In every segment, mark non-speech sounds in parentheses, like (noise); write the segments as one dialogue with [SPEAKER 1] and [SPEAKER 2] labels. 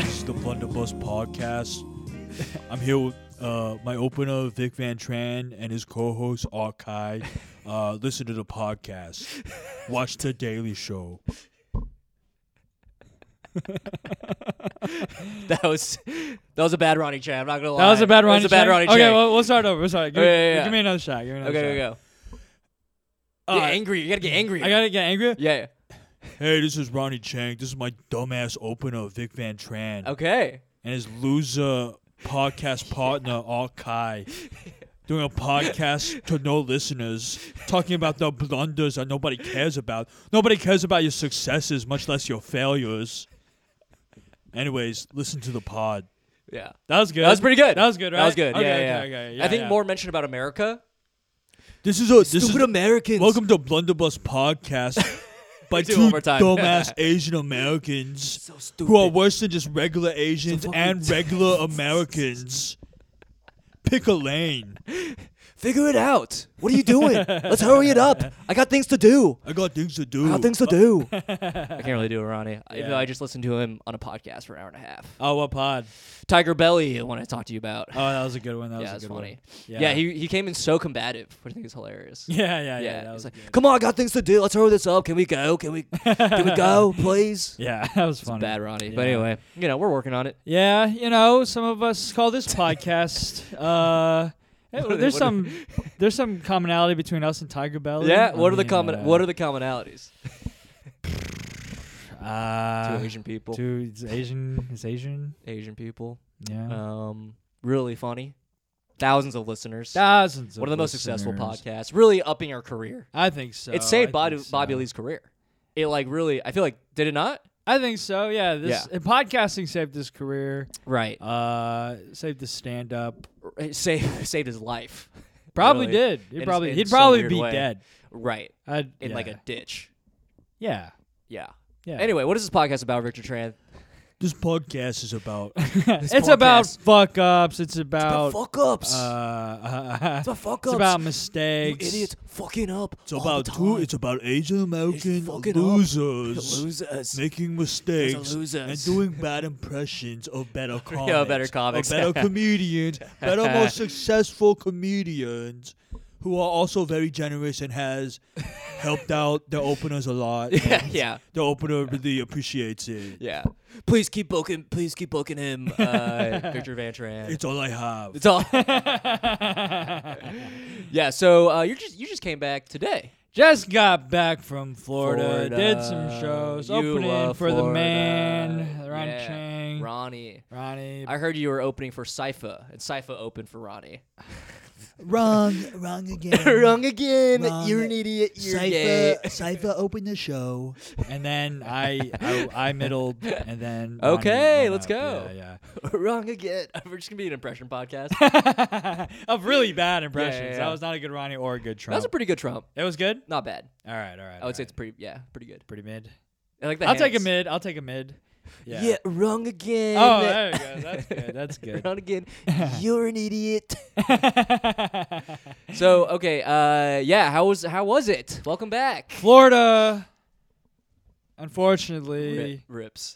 [SPEAKER 1] the Bus podcast. I'm here with uh, my opener, Vic Van Tran, and his co host, Arkai. Uh, listen to the podcast, watch The Daily Show.
[SPEAKER 2] (laughs) That was that was a bad Ronnie Chan. I'm not gonna lie.
[SPEAKER 3] That was a bad Ronnie.
[SPEAKER 2] That was a bad
[SPEAKER 3] Chang?
[SPEAKER 2] Ronnie
[SPEAKER 3] Okay,
[SPEAKER 2] Chang.
[SPEAKER 3] well, we'll start over. We'll start. Give,
[SPEAKER 2] Yeah, yeah, yeah.
[SPEAKER 3] give me another shot. Give me another
[SPEAKER 2] okay,
[SPEAKER 3] shot.
[SPEAKER 2] go go.
[SPEAKER 3] All
[SPEAKER 2] Get
[SPEAKER 3] right.
[SPEAKER 2] angry. You gotta get angry.
[SPEAKER 3] I gotta get angry.
[SPEAKER 2] yeah.
[SPEAKER 1] Hey, this is Ronnie Chang. This is my dumbass opener, Vic Van Tran,
[SPEAKER 2] Okay.
[SPEAKER 1] and his loser podcast partner, Arkai. Doing a podcast to no listeners, talking about the blunders that nobody cares about. Nobody cares about your successes, much less your failures. Anyways, listen to the pod.
[SPEAKER 2] Yeah.
[SPEAKER 3] That was good.
[SPEAKER 2] That was pretty good.
[SPEAKER 3] That was good, right?
[SPEAKER 2] That was good.
[SPEAKER 3] Okay,
[SPEAKER 2] yeah,
[SPEAKER 3] okay,
[SPEAKER 2] yeah.
[SPEAKER 3] okay,
[SPEAKER 2] I
[SPEAKER 3] yeah,
[SPEAKER 2] think
[SPEAKER 3] yeah.
[SPEAKER 2] more mention about
[SPEAKER 3] (laughs)
[SPEAKER 2] America.
[SPEAKER 1] This is a this is
[SPEAKER 2] Americans.
[SPEAKER 1] welcome to Blunderbuss
[SPEAKER 2] (laughs)
[SPEAKER 1] Podcast by
[SPEAKER 2] Do it
[SPEAKER 1] two
[SPEAKER 2] one more time.
[SPEAKER 1] dumbass Asian Americans.
[SPEAKER 2] (laughs) So
[SPEAKER 1] who are
[SPEAKER 2] stupid.
[SPEAKER 1] worse than just regular Asians
[SPEAKER 2] fucking-
[SPEAKER 1] and
[SPEAKER 2] (laughs)
[SPEAKER 1] regular Americans. Pick a lane.
[SPEAKER 2] Figure it out. What are
[SPEAKER 1] (laughs)
[SPEAKER 2] you doing? Let's hurry it up. I got things to do.
[SPEAKER 1] I got things to do.
[SPEAKER 2] I got things
[SPEAKER 1] (laughs)
[SPEAKER 2] to do. I can't really do it, Ronnie. Even though I just listened to him on a podcast for an hour and a half.
[SPEAKER 3] Oh, what pod?
[SPEAKER 2] Tiger Belly, the one I talked to you about.
[SPEAKER 3] Oh, that was a good one. That was
[SPEAKER 2] yeah,
[SPEAKER 3] a
[SPEAKER 2] it's
[SPEAKER 3] good
[SPEAKER 2] funny.
[SPEAKER 3] one.
[SPEAKER 2] Yeah. he he came in so combative, which I think is hilarious.
[SPEAKER 3] (laughs) Yeah, yeah, yeah.
[SPEAKER 2] Yeah,
[SPEAKER 3] that
[SPEAKER 2] he's
[SPEAKER 3] was
[SPEAKER 2] like,
[SPEAKER 3] good.
[SPEAKER 2] "Come on, I got things to do. Let's hurry this up. Can we go? Can we? Can
[SPEAKER 1] (laughs)
[SPEAKER 2] we go, please?"
[SPEAKER 3] yeah, (laughs) that was
[SPEAKER 2] (laughs)
[SPEAKER 3] funny.
[SPEAKER 2] Bad, Ronnie. But
[SPEAKER 3] Yeah.
[SPEAKER 2] anyway, you know, we're working on it.
[SPEAKER 3] Yeah, you know, some of us call this podcast.
[SPEAKER 2] (laughs)
[SPEAKER 3] uh, hey,
[SPEAKER 2] What are they-
[SPEAKER 3] there's
[SPEAKER 2] what are
[SPEAKER 3] some there's some commonality between us and Tiger Belly.
[SPEAKER 2] Yeah.
[SPEAKER 3] I
[SPEAKER 2] What are the
[SPEAKER 3] mean,
[SPEAKER 2] common
[SPEAKER 3] uh,
[SPEAKER 2] What are the commonalities
[SPEAKER 3] uh,
[SPEAKER 2] to Asian people?
[SPEAKER 3] Two it's Asian. It's Asian.
[SPEAKER 2] Asian people.
[SPEAKER 3] Yeah.
[SPEAKER 2] Um, really funny. Thousands of listeners.
[SPEAKER 3] Thousands.
[SPEAKER 2] One of the most successful
[SPEAKER 3] listeners.
[SPEAKER 2] podcasts. Really upping our career.
[SPEAKER 3] I think so.
[SPEAKER 2] it saved
[SPEAKER 3] I
[SPEAKER 2] Bobby,
[SPEAKER 3] think so.
[SPEAKER 2] Bobby Lee's career. It like really. I feel like did it not?
[SPEAKER 3] I think so. Yeah. This and podcasting saved his career.
[SPEAKER 2] Right.
[SPEAKER 3] Uh, saved his stand up.
[SPEAKER 2] Uh, It saved (laughs) saved his life.
[SPEAKER 3] Probably
[SPEAKER 2] Really.
[SPEAKER 3] did.
[SPEAKER 2] In
[SPEAKER 3] He
[SPEAKER 2] s-
[SPEAKER 3] probably
[SPEAKER 2] in
[SPEAKER 3] he'd
[SPEAKER 2] some
[SPEAKER 3] probably
[SPEAKER 2] weird
[SPEAKER 3] be
[SPEAKER 2] way.
[SPEAKER 3] dead.
[SPEAKER 2] Right.
[SPEAKER 3] I'd,
[SPEAKER 2] In like
[SPEAKER 3] yeah.
[SPEAKER 2] a ditch.
[SPEAKER 3] yeah.
[SPEAKER 2] Yeah.
[SPEAKER 3] Yeah.
[SPEAKER 2] Anyway, what is this podcast about, Richard Tran?
[SPEAKER 1] This podcast is
[SPEAKER 3] (laughs)
[SPEAKER 1] about
[SPEAKER 3] it's about
[SPEAKER 2] podcast.
[SPEAKER 3] fuck ups. It's about
[SPEAKER 2] fuck ups.
[SPEAKER 3] uh, uh, (laughs)
[SPEAKER 2] the fuck
[SPEAKER 3] it's
[SPEAKER 2] ups.
[SPEAKER 3] about
[SPEAKER 2] you
[SPEAKER 3] mistakes.
[SPEAKER 2] idiots fucking up.
[SPEAKER 1] it's about two it's about Asian American
[SPEAKER 2] fucking up.
[SPEAKER 1] losers
[SPEAKER 2] (laughs) losers.
[SPEAKER 1] making mistakes and
[SPEAKER 2] losers.
[SPEAKER 1] doing bad impressions of
[SPEAKER 3] (laughs)
[SPEAKER 1] better comics.
[SPEAKER 2] better
[SPEAKER 1] of
[SPEAKER 2] comics.
[SPEAKER 1] better comedians, better more successful comedians who are also very generous and has helped out their openers a
[SPEAKER 3] (laughs)
[SPEAKER 1] lot.
[SPEAKER 2] yeah,
[SPEAKER 1] and
[SPEAKER 2] yeah,
[SPEAKER 1] The opener really appreciates it.
[SPEAKER 2] yeah. Please keep booking. Please keep booking (laughs) him, uh, Victor Van Tran.
[SPEAKER 1] It's all I have.
[SPEAKER 2] It's all. (laughs) yeah. So uh, you just you just came back today.
[SPEAKER 3] Just got back from Florida,
[SPEAKER 2] Florida.
[SPEAKER 3] did some shows,
[SPEAKER 2] You
[SPEAKER 3] opening
[SPEAKER 2] love
[SPEAKER 3] for the
[SPEAKER 2] Florida.
[SPEAKER 3] man, Ron
[SPEAKER 2] Yeah,
[SPEAKER 3] Chang,
[SPEAKER 2] Ronnie.
[SPEAKER 3] Ronnie.
[SPEAKER 2] I heard you were opening for Sypha, and Sypha opened for
[SPEAKER 3] (laughs)
[SPEAKER 2] Ronnie.
[SPEAKER 1] wrong, wrong again.
[SPEAKER 2] again.
[SPEAKER 1] Wrong. You're an
[SPEAKER 2] idiot. (laughs)
[SPEAKER 3] (laughs)
[SPEAKER 1] Cypher, open the show.
[SPEAKER 3] and then I, I I middled, and then
[SPEAKER 2] (laughs)
[SPEAKER 3] Ronnie
[SPEAKER 2] Okay,
[SPEAKER 3] went
[SPEAKER 2] let's
[SPEAKER 3] up.
[SPEAKER 2] go.
[SPEAKER 3] Yeah,
[SPEAKER 2] Wrong again. (laughs) We're just gonna be an impression
[SPEAKER 3] (laughs)
[SPEAKER 2] podcast.
[SPEAKER 3] yeah. of really bad impressions.
[SPEAKER 2] yeah, yeah.
[SPEAKER 3] That was not a good Ronnie or a good
[SPEAKER 2] That
[SPEAKER 3] Trump.
[SPEAKER 2] was a pretty good Trump.
[SPEAKER 3] it was good.
[SPEAKER 2] Not bad.
[SPEAKER 3] All right, all right.
[SPEAKER 2] I would say it's pretty. Yeah, pretty good.
[SPEAKER 3] pretty mid.
[SPEAKER 2] I like the
[SPEAKER 3] I'll take a
[SPEAKER 2] hands.
[SPEAKER 3] mid. I'll take a mid. Yeah.
[SPEAKER 2] wrong again.
[SPEAKER 3] Oh,
[SPEAKER 1] (laughs)
[SPEAKER 3] there we go. That's good. That's
[SPEAKER 2] (laughs)
[SPEAKER 3] good.
[SPEAKER 2] wrong again. You're an idiot. (laughs) So okay, uh, yeah. How was how was it? Welcome back.
[SPEAKER 3] (laughs) Florida, unfortunately,
[SPEAKER 2] Ri- rips.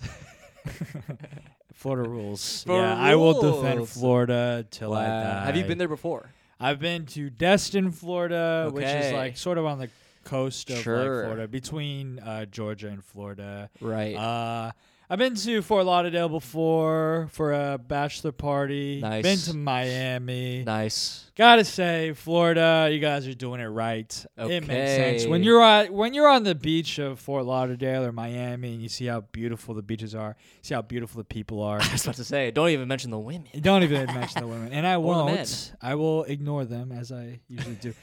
[SPEAKER 3] Florida rules.
[SPEAKER 2] Florida
[SPEAKER 3] yeah, I will defend
[SPEAKER 2] rules.
[SPEAKER 3] Florida till I die.
[SPEAKER 2] Have you been there before?
[SPEAKER 3] I've been to Destin, Florida, which is
[SPEAKER 2] Okay.
[SPEAKER 3] like sort of on the coast of like,
[SPEAKER 2] Sure.
[SPEAKER 3] Florida, between uh, Georgia and Florida.
[SPEAKER 2] Right.
[SPEAKER 3] Uh, I've been to Fort Lauderdale before for a bachelor party.
[SPEAKER 2] Nice.
[SPEAKER 3] Been to Miami.
[SPEAKER 2] nice.
[SPEAKER 3] Gotta say, Florida, you guys are doing it right. It makes sense when
[SPEAKER 2] Okay.
[SPEAKER 3] you're on when you're on the beach of Fort Lauderdale or Miami, and you see how beautiful the beaches are, see how beautiful the people are.
[SPEAKER 2] I was about to say, don't even mention the women.
[SPEAKER 3] Don't even mention the women, and I
[SPEAKER 2] Or the men.
[SPEAKER 3] won't. I will ignore them as I usually
[SPEAKER 2] (laughs)
[SPEAKER 3] do.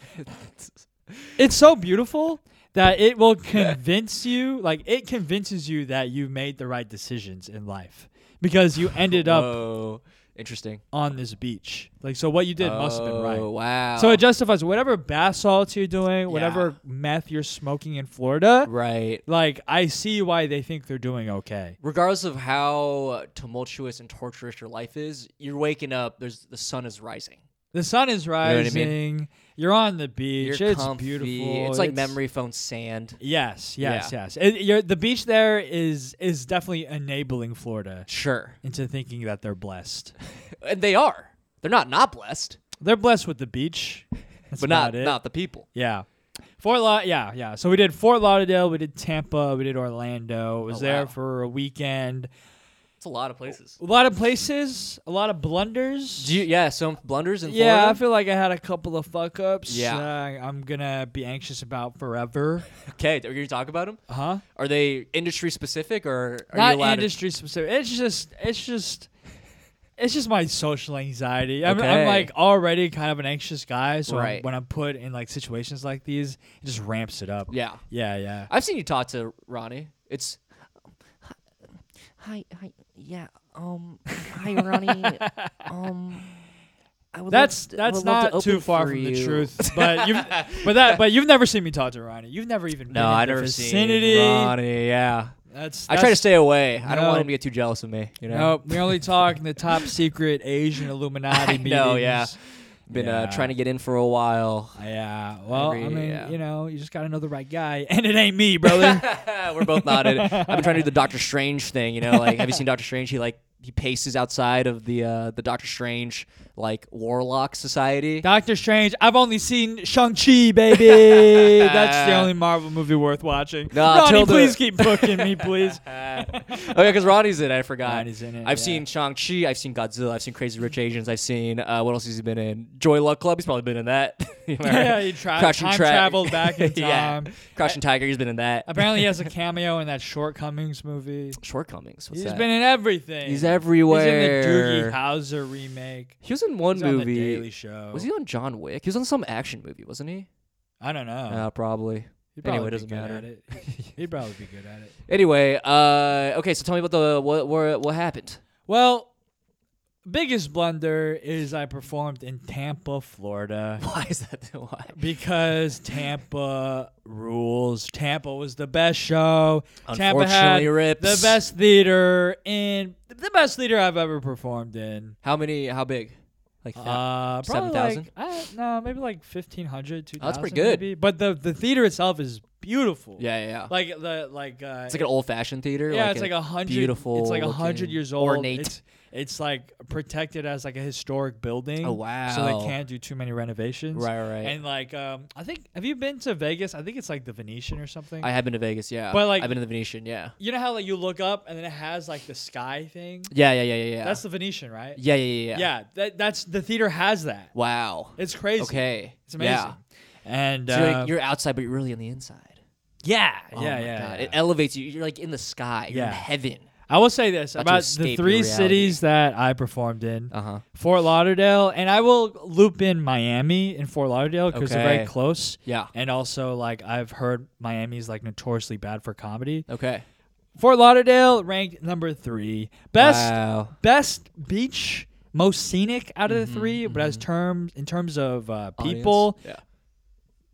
[SPEAKER 3] it's so beautiful that
[SPEAKER 2] (laughs)
[SPEAKER 3] it will convince you, like it convinces you that you made the right decisions in life because you ended up
[SPEAKER 2] Whoa. Interesting.
[SPEAKER 3] on this beach. Like so, what you did must have been right.
[SPEAKER 2] Oh, Wow.
[SPEAKER 3] So it justifies whatever bath salts you're doing, whatever meth you're smoking in Florida.
[SPEAKER 2] right.
[SPEAKER 3] Like I see why they think they're doing okay.
[SPEAKER 2] Regardless of how tumultuous and torturous your life is, you're waking up. There's the sun is rising.
[SPEAKER 3] The sun is
[SPEAKER 2] I mean?
[SPEAKER 3] rising. You're on the beach.
[SPEAKER 2] You're
[SPEAKER 3] it's
[SPEAKER 2] comfy.
[SPEAKER 3] beautiful.
[SPEAKER 2] It's like memory phone sand.
[SPEAKER 3] Yes, yes, yes. It, you're, the beach there is is definitely enabling Florida
[SPEAKER 2] Sure.
[SPEAKER 3] into thinking that they're blessed.
[SPEAKER 2] And they are. They're not not blessed,
[SPEAKER 3] They're blessed with the beach, That's
[SPEAKER 2] but not
[SPEAKER 3] about it.
[SPEAKER 2] not the people.
[SPEAKER 3] yeah. Fort La, yeah, yeah. So we did Fort Lauderdale, we did Tampa, we did Orlando. Was
[SPEAKER 2] Oh,
[SPEAKER 3] there
[SPEAKER 2] wow.
[SPEAKER 3] for a weekend.
[SPEAKER 2] It's a lot of places.
[SPEAKER 3] A lot of places, a lot of blunders.
[SPEAKER 2] Do you, yeah, some blunders in
[SPEAKER 3] yeah, I
[SPEAKER 2] Florida.
[SPEAKER 3] feel like I had a couple of fuck ups.
[SPEAKER 2] Yeah.
[SPEAKER 3] uh, I'm gonna be anxious about forever.
[SPEAKER 2] Okay, are you gonna talk about them?
[SPEAKER 3] Huh?
[SPEAKER 2] Are they industry specific or are you
[SPEAKER 3] Not
[SPEAKER 2] allowed
[SPEAKER 3] industry specific. It's just, it's just, it's just my social anxiety. I'm,
[SPEAKER 2] Okay.
[SPEAKER 3] I'm like already kind of an anxious guy, so
[SPEAKER 2] Right.
[SPEAKER 3] when I'm put in like situations like these, it just ramps it up.
[SPEAKER 2] to? Yeah,
[SPEAKER 3] yeah, yeah.
[SPEAKER 2] I've seen you talk to Ronnie. It's hi, hi, yeah, um, hi, Ronnie, um, I would
[SPEAKER 3] That's that's not too far from the
[SPEAKER 2] (laughs)
[SPEAKER 3] truth, but you've but that but you've never seen me talk to Ronnie. You've never even been
[SPEAKER 2] No,
[SPEAKER 3] in
[SPEAKER 2] I
[SPEAKER 3] the
[SPEAKER 2] never
[SPEAKER 3] vicinity.
[SPEAKER 2] seen Ronnie. Yeah,
[SPEAKER 3] That's,
[SPEAKER 2] I try to
[SPEAKER 3] that's-
[SPEAKER 2] stay away. I don't want
[SPEAKER 3] No.
[SPEAKER 2] him to get too jealous of me. You know,
[SPEAKER 3] Nope, we only talk in the top secret Asian Illuminati
[SPEAKER 2] (laughs) I
[SPEAKER 3] meetings.
[SPEAKER 2] know, yeah. been Uh,
[SPEAKER 3] Yeah.
[SPEAKER 2] trying to get in for a
[SPEAKER 3] (laughs)
[SPEAKER 2] while.
[SPEAKER 3] Yeah. Well, I
[SPEAKER 2] Every-
[SPEAKER 3] mean,
[SPEAKER 2] yeah.
[SPEAKER 3] you know, you just gotta know the right guy, (laughs) and it ain't me,
[SPEAKER 2] (laughs)
[SPEAKER 3] brother.
[SPEAKER 2] We're both nodded. I've been trying to do the Doctor Strange thing. You know, like have you
[SPEAKER 3] (laughs)
[SPEAKER 2] seen Doctor Strange? He like he paces outside of the uh, the Doctor Strange like warlock society.
[SPEAKER 3] Doctor Strange. I've only seen Shang
[SPEAKER 2] (laughs)
[SPEAKER 3] Chi, baby. That's the only Marvel movie worth watching.
[SPEAKER 2] No,
[SPEAKER 3] Ronnie,
[SPEAKER 2] till the-
[SPEAKER 3] please keep booking
[SPEAKER 2] (laughs)
[SPEAKER 3] me, please.
[SPEAKER 2] oh yeah, because Ronnie's in. it, I forgot.
[SPEAKER 3] Ronnie's in it,
[SPEAKER 2] I've
[SPEAKER 3] yeah.
[SPEAKER 2] seen Shang Chi. I've seen Godzilla. I've seen Crazy Rich Asians. I've seen uh, what else has he been in? Joy Luck Club. He's probably been in that. (laughs) Am I right?
[SPEAKER 3] yeah, he tried
[SPEAKER 2] Crouching
[SPEAKER 3] time
[SPEAKER 2] Tra-
[SPEAKER 3] traveled back in
[SPEAKER 2] (laughs) yeah,
[SPEAKER 3] time.
[SPEAKER 2] Crouching Tiger. He's been in that.
[SPEAKER 3] Apparently, he has a cameo in that Shortcomings movie.
[SPEAKER 2] Shortcomings. What's
[SPEAKER 3] He's
[SPEAKER 2] that?
[SPEAKER 3] been in everything.
[SPEAKER 2] He's
[SPEAKER 3] He's
[SPEAKER 2] everywhere.
[SPEAKER 3] in the Doogie Howser remake.
[SPEAKER 2] He was in one
[SPEAKER 3] He's on the
[SPEAKER 2] movie.
[SPEAKER 3] Daily Show.
[SPEAKER 2] was he on John Wick? He was on some action movie, wasn't he?
[SPEAKER 3] I don't know.
[SPEAKER 2] Uh, probably.
[SPEAKER 3] He'd
[SPEAKER 2] anyway,
[SPEAKER 3] probably
[SPEAKER 2] doesn't
[SPEAKER 3] be good
[SPEAKER 2] matter.
[SPEAKER 3] at it.
[SPEAKER 2] (laughs)
[SPEAKER 3] He'd probably be good at it.
[SPEAKER 2] Anyway, uh, okay, so tell me about the what what, what happened. (laughs)
[SPEAKER 3] Well, biggest blunder is I performed in
[SPEAKER 2] (laughs)
[SPEAKER 3] Tampa, Florida.
[SPEAKER 2] Why is that? Why?
[SPEAKER 3] Because Tampa rules. Tampa was the best show. Tampa had
[SPEAKER 2] Unfortunately, rips.
[SPEAKER 3] the best theater in the best theater I've ever performed in.
[SPEAKER 2] How many? How big? Like that?
[SPEAKER 3] Uh, probably
[SPEAKER 2] 7,000?
[SPEAKER 3] like I, no, maybe like 1,500, 2,000.
[SPEAKER 2] Oh, that's pretty good.
[SPEAKER 3] maybe. But the the theater itself is beautiful.
[SPEAKER 2] yeah, yeah, yeah.
[SPEAKER 3] like the like uh,
[SPEAKER 2] it's like an old-fashioned theater.
[SPEAKER 3] Yeah,
[SPEAKER 2] like
[SPEAKER 3] it's like a hundred.
[SPEAKER 2] beautiful.
[SPEAKER 3] It's like a hundred
[SPEAKER 2] looking,
[SPEAKER 3] years old.
[SPEAKER 2] Ornate.
[SPEAKER 3] It's, it's like protected as like a historic building.
[SPEAKER 2] Oh, wow.
[SPEAKER 3] So they can't do too many renovations.
[SPEAKER 2] right, right.
[SPEAKER 3] And like, um, I think have you been to Vegas? I think it's like the Venetian or something.
[SPEAKER 2] I have been to Vegas. Yeah,
[SPEAKER 3] But, like-
[SPEAKER 2] I've been to the Venetian. Yeah,
[SPEAKER 3] you know how like you look up and then it has like the sky thing.
[SPEAKER 2] yeah, yeah, yeah, yeah. yeah.
[SPEAKER 3] That's the Venetian, right?
[SPEAKER 2] yeah, yeah, yeah, yeah.
[SPEAKER 3] Yeah. That that's the theater has that.
[SPEAKER 2] Wow.
[SPEAKER 3] It's crazy.
[SPEAKER 2] Okay.
[SPEAKER 3] It's amazing.
[SPEAKER 2] Yeah.
[SPEAKER 3] And
[SPEAKER 2] So you're,
[SPEAKER 3] uh,
[SPEAKER 2] like, you're outside, but you're really on the inside.
[SPEAKER 3] yeah,
[SPEAKER 2] Oh
[SPEAKER 3] yeah,
[SPEAKER 2] my
[SPEAKER 3] yeah.
[SPEAKER 2] God.
[SPEAKER 3] yeah.
[SPEAKER 2] It elevates you. You're like in the sky. You're in
[SPEAKER 3] Yeah.
[SPEAKER 2] heaven.
[SPEAKER 3] I will say this
[SPEAKER 2] About to
[SPEAKER 3] about the
[SPEAKER 2] escape your
[SPEAKER 3] three
[SPEAKER 2] reality.
[SPEAKER 3] cities that I performed in.
[SPEAKER 2] Uh huh.
[SPEAKER 3] Fort Lauderdale, and I will loop in Miami and Fort Lauderdale because they're
[SPEAKER 2] Okay.
[SPEAKER 3] very close.
[SPEAKER 2] Yeah.
[SPEAKER 3] And also, like I've heard, Miami's like notoriously bad for comedy.
[SPEAKER 2] Okay.
[SPEAKER 3] Fort Lauderdale ranked number three, best
[SPEAKER 2] Wow.
[SPEAKER 3] best beach, most scenic out of the 3 But as terms in terms of uh, people,
[SPEAKER 2] Mm-hmm, Audience?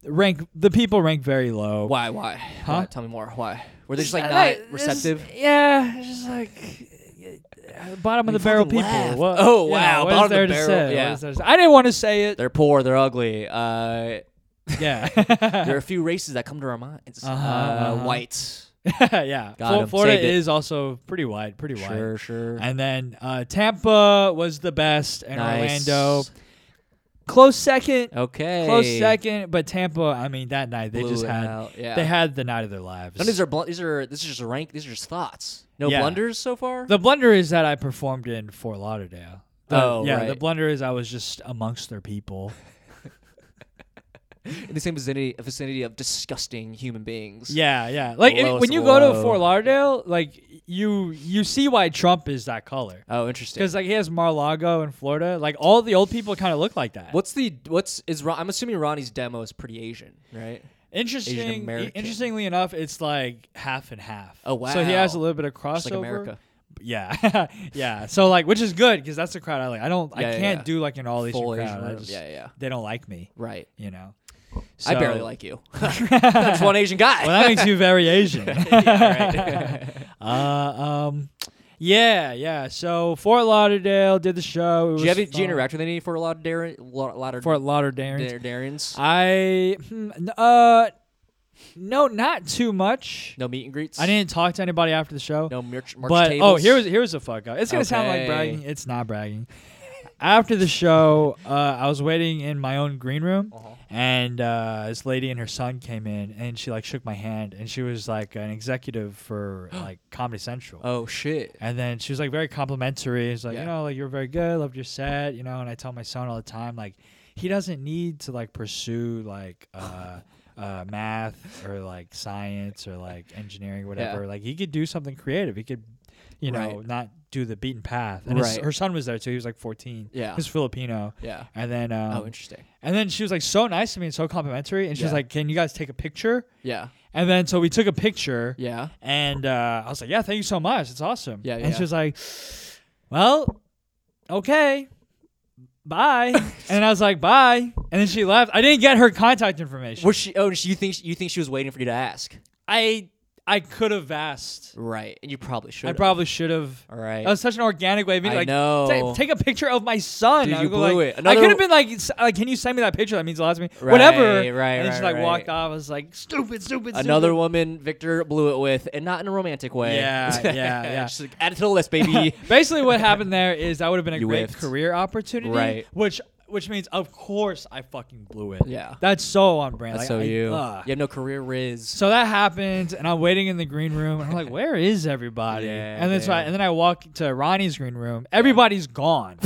[SPEAKER 2] Yeah.
[SPEAKER 3] rank the people rank very low.
[SPEAKER 2] Why? Why?
[SPEAKER 3] Huh?
[SPEAKER 2] Why? Tell me more. Why? Were they just like
[SPEAKER 3] Uh,
[SPEAKER 2] not
[SPEAKER 3] this-
[SPEAKER 2] receptive?
[SPEAKER 3] Yeah, it's just like uh, bottom of
[SPEAKER 2] You
[SPEAKER 3] the barrel
[SPEAKER 2] fucking
[SPEAKER 3] people.
[SPEAKER 2] laugh.
[SPEAKER 3] What-
[SPEAKER 2] Oh,
[SPEAKER 3] yeah,
[SPEAKER 2] wow,
[SPEAKER 3] what is
[SPEAKER 2] bottom of the
[SPEAKER 3] there to
[SPEAKER 2] barrel,
[SPEAKER 3] say? What
[SPEAKER 2] yeah.
[SPEAKER 3] is there to say? I didn't want to say
[SPEAKER 2] (laughs)
[SPEAKER 3] it.
[SPEAKER 2] They're poor. They're ugly. Uh,
[SPEAKER 3] yeah.
[SPEAKER 2] there are a few races that come to our minds. uh
[SPEAKER 3] Uh-huh, uh-huh.
[SPEAKER 2] Whites.
[SPEAKER 3] (laughs) yeah,
[SPEAKER 2] Got
[SPEAKER 3] Flo-
[SPEAKER 2] him.
[SPEAKER 3] Florida
[SPEAKER 2] Saved it.
[SPEAKER 3] is also pretty wide, pretty wide.
[SPEAKER 2] Sure, sure.
[SPEAKER 3] And then uh, Tampa was the best, and
[SPEAKER 2] Nice.
[SPEAKER 3] Orlando close second,
[SPEAKER 2] Okay.
[SPEAKER 3] close second. But Tampa, I mean, that night they
[SPEAKER 2] Blew
[SPEAKER 3] just
[SPEAKER 2] it
[SPEAKER 3] had
[SPEAKER 2] out, Yeah.
[SPEAKER 3] they had the night of their lives.
[SPEAKER 2] None of these are bl- these are this is just rank. These are just thoughts. No
[SPEAKER 3] Yeah.
[SPEAKER 2] blunders so far.
[SPEAKER 3] the blunder is that I performed in Fort Lauderdale. The-
[SPEAKER 2] Oh,
[SPEAKER 3] yeah. The
[SPEAKER 2] right.
[SPEAKER 3] blunder is I was just amongst their people.
[SPEAKER 2] (laughs) in the same vicinity vicinity of disgusting human beings.
[SPEAKER 3] yeah, yeah. Like it-
[SPEAKER 2] Lowest
[SPEAKER 3] when you go to
[SPEAKER 2] low.
[SPEAKER 3] Fort Lauderdale, like you you see why Trump is that color
[SPEAKER 2] Oh, interesting.
[SPEAKER 3] because like he has Mar-a-Lago in Florida. Like all the old people kind of look like that.
[SPEAKER 2] What's the what's is Ron, I'm assuming Ronnie's demo is pretty Asian, right?
[SPEAKER 3] Interesting.
[SPEAKER 2] American.
[SPEAKER 3] Interestingly enough, it's like half and half.
[SPEAKER 2] Oh, wow.
[SPEAKER 3] So he has a little bit of crossover.
[SPEAKER 2] Just like America.
[SPEAKER 3] Yeah, (laughs) yeah. So like, which is good because that's the crowd I like. I don't,
[SPEAKER 2] Yeah,
[SPEAKER 3] I
[SPEAKER 2] yeah,
[SPEAKER 3] can't
[SPEAKER 2] yeah.
[SPEAKER 3] do like an all Asian
[SPEAKER 2] Full
[SPEAKER 3] crowd.
[SPEAKER 2] Asian.
[SPEAKER 3] I
[SPEAKER 2] room.
[SPEAKER 3] just-
[SPEAKER 2] yeah, yeah.
[SPEAKER 3] They don't like me.
[SPEAKER 2] Right.
[SPEAKER 3] You know.
[SPEAKER 2] I barely
[SPEAKER 3] So-
[SPEAKER 2] like
[SPEAKER 3] (laughs)
[SPEAKER 2] you. That's (laughs) one Asian guy. (laughs)
[SPEAKER 3] (laughs) Well, that makes you very Asian.
[SPEAKER 2] Yeah, right.
[SPEAKER 3] uh, um, Yeah, yeah. So Fort Lauderdale did the show. It was
[SPEAKER 2] Did you, have, did you
[SPEAKER 3] fun.
[SPEAKER 2] interact with any Fort Lauderdare, La- Lauder-
[SPEAKER 3] Fort Lauderdale.
[SPEAKER 2] Darren's?
[SPEAKER 3] I hmm, n- uh no, not too much.
[SPEAKER 2] No meet and greets.
[SPEAKER 3] I didn't talk to anybody after the show.
[SPEAKER 2] No merch, merch
[SPEAKER 3] but
[SPEAKER 2] tables.
[SPEAKER 3] oh, here was here was a fuck up. It's gonna sound like
[SPEAKER 2] Okay.
[SPEAKER 3] bragging. It's not bragging. after the show, uh, I was waiting in my own green room,
[SPEAKER 2] Uh-huh.
[SPEAKER 3] and uh, this lady and her son came in, and she like shook my hand, and she was like an
[SPEAKER 2] (gasps)
[SPEAKER 3] executive for like Comedy Central.
[SPEAKER 2] Oh shit.
[SPEAKER 3] And then she was like very complimentary. She's like,
[SPEAKER 2] Yeah.
[SPEAKER 3] you know, like you're very good, loved your set, you know. And I tell my son all the time, like, he doesn't need to like pursue like uh, uh, math or like science or like engineering, whatever. Like he could do something creative. He could, you know,
[SPEAKER 2] Right.
[SPEAKER 3] not do the beaten path. And his,
[SPEAKER 2] Right.
[SPEAKER 3] her son was there too. He was like 14.
[SPEAKER 2] Yeah.
[SPEAKER 3] he's Filipino.
[SPEAKER 2] Yeah.
[SPEAKER 3] And then, um,
[SPEAKER 2] oh, interesting.
[SPEAKER 3] and then she was like so nice to me and so complimentary. And she was
[SPEAKER 2] Yeah.
[SPEAKER 3] like, "Can you guys take a picture?"
[SPEAKER 2] Yeah.
[SPEAKER 3] And then so we took a picture.
[SPEAKER 2] Yeah.
[SPEAKER 3] And uh, I was like, yeah, thank you so much. It's awesome.
[SPEAKER 2] Yeah, yeah.
[SPEAKER 3] And she was like, well, okay,
[SPEAKER 2] (laughs)
[SPEAKER 3] bye. and I was like, bye. And then she left. I didn't get her contact information.
[SPEAKER 2] Was she? Oh, she- you think you think she was waiting for you to ask?
[SPEAKER 3] I I could have asked.
[SPEAKER 2] Right. And you probably should.
[SPEAKER 3] I probably should have.
[SPEAKER 2] All right.
[SPEAKER 3] That was such an organic way of being
[SPEAKER 2] I
[SPEAKER 3] like,
[SPEAKER 2] know.
[SPEAKER 3] "Ta- take a picture of my son.
[SPEAKER 2] Dude,
[SPEAKER 3] I
[SPEAKER 2] you
[SPEAKER 3] go
[SPEAKER 2] blew
[SPEAKER 3] like-
[SPEAKER 2] it.
[SPEAKER 3] I
[SPEAKER 2] Another-
[SPEAKER 3] could have been like, s- like, can you send me that picture? That means a lot to me. Whatever.
[SPEAKER 2] Right,
[SPEAKER 3] And
[SPEAKER 2] right,
[SPEAKER 3] then she
[SPEAKER 2] right,
[SPEAKER 3] like
[SPEAKER 2] right.
[SPEAKER 3] walked off. I was like, stupid, stupid,
[SPEAKER 2] Another
[SPEAKER 3] stupid.
[SPEAKER 2] woman Victor blew it with, and not in a romantic way. (laughs)
[SPEAKER 3] Yeah, yeah, yeah.
[SPEAKER 2] She's like, add it to the list,
[SPEAKER 3] (laughs)
[SPEAKER 2] baby.
[SPEAKER 3] Basically, what happened there is that would have been a
[SPEAKER 2] You
[SPEAKER 3] great
[SPEAKER 2] whiffed.
[SPEAKER 3] career opportunity,
[SPEAKER 2] Right.
[SPEAKER 3] Which which means, of course, I fucking blew it.
[SPEAKER 2] Yeah.
[SPEAKER 3] that's so on brand.
[SPEAKER 2] That's
[SPEAKER 3] Like,
[SPEAKER 2] so
[SPEAKER 3] I-
[SPEAKER 2] you.
[SPEAKER 3] ugh.
[SPEAKER 2] You have no career riz.
[SPEAKER 3] So that happens, and I'm waiting in the green room, and I'm like, "Where is everybody?"
[SPEAKER 2] Yeah,
[SPEAKER 3] and then so I,
[SPEAKER 2] man.
[SPEAKER 3] and then I walk to Ronnie's green room. Everybody's
[SPEAKER 2] (laughs)
[SPEAKER 3] gone.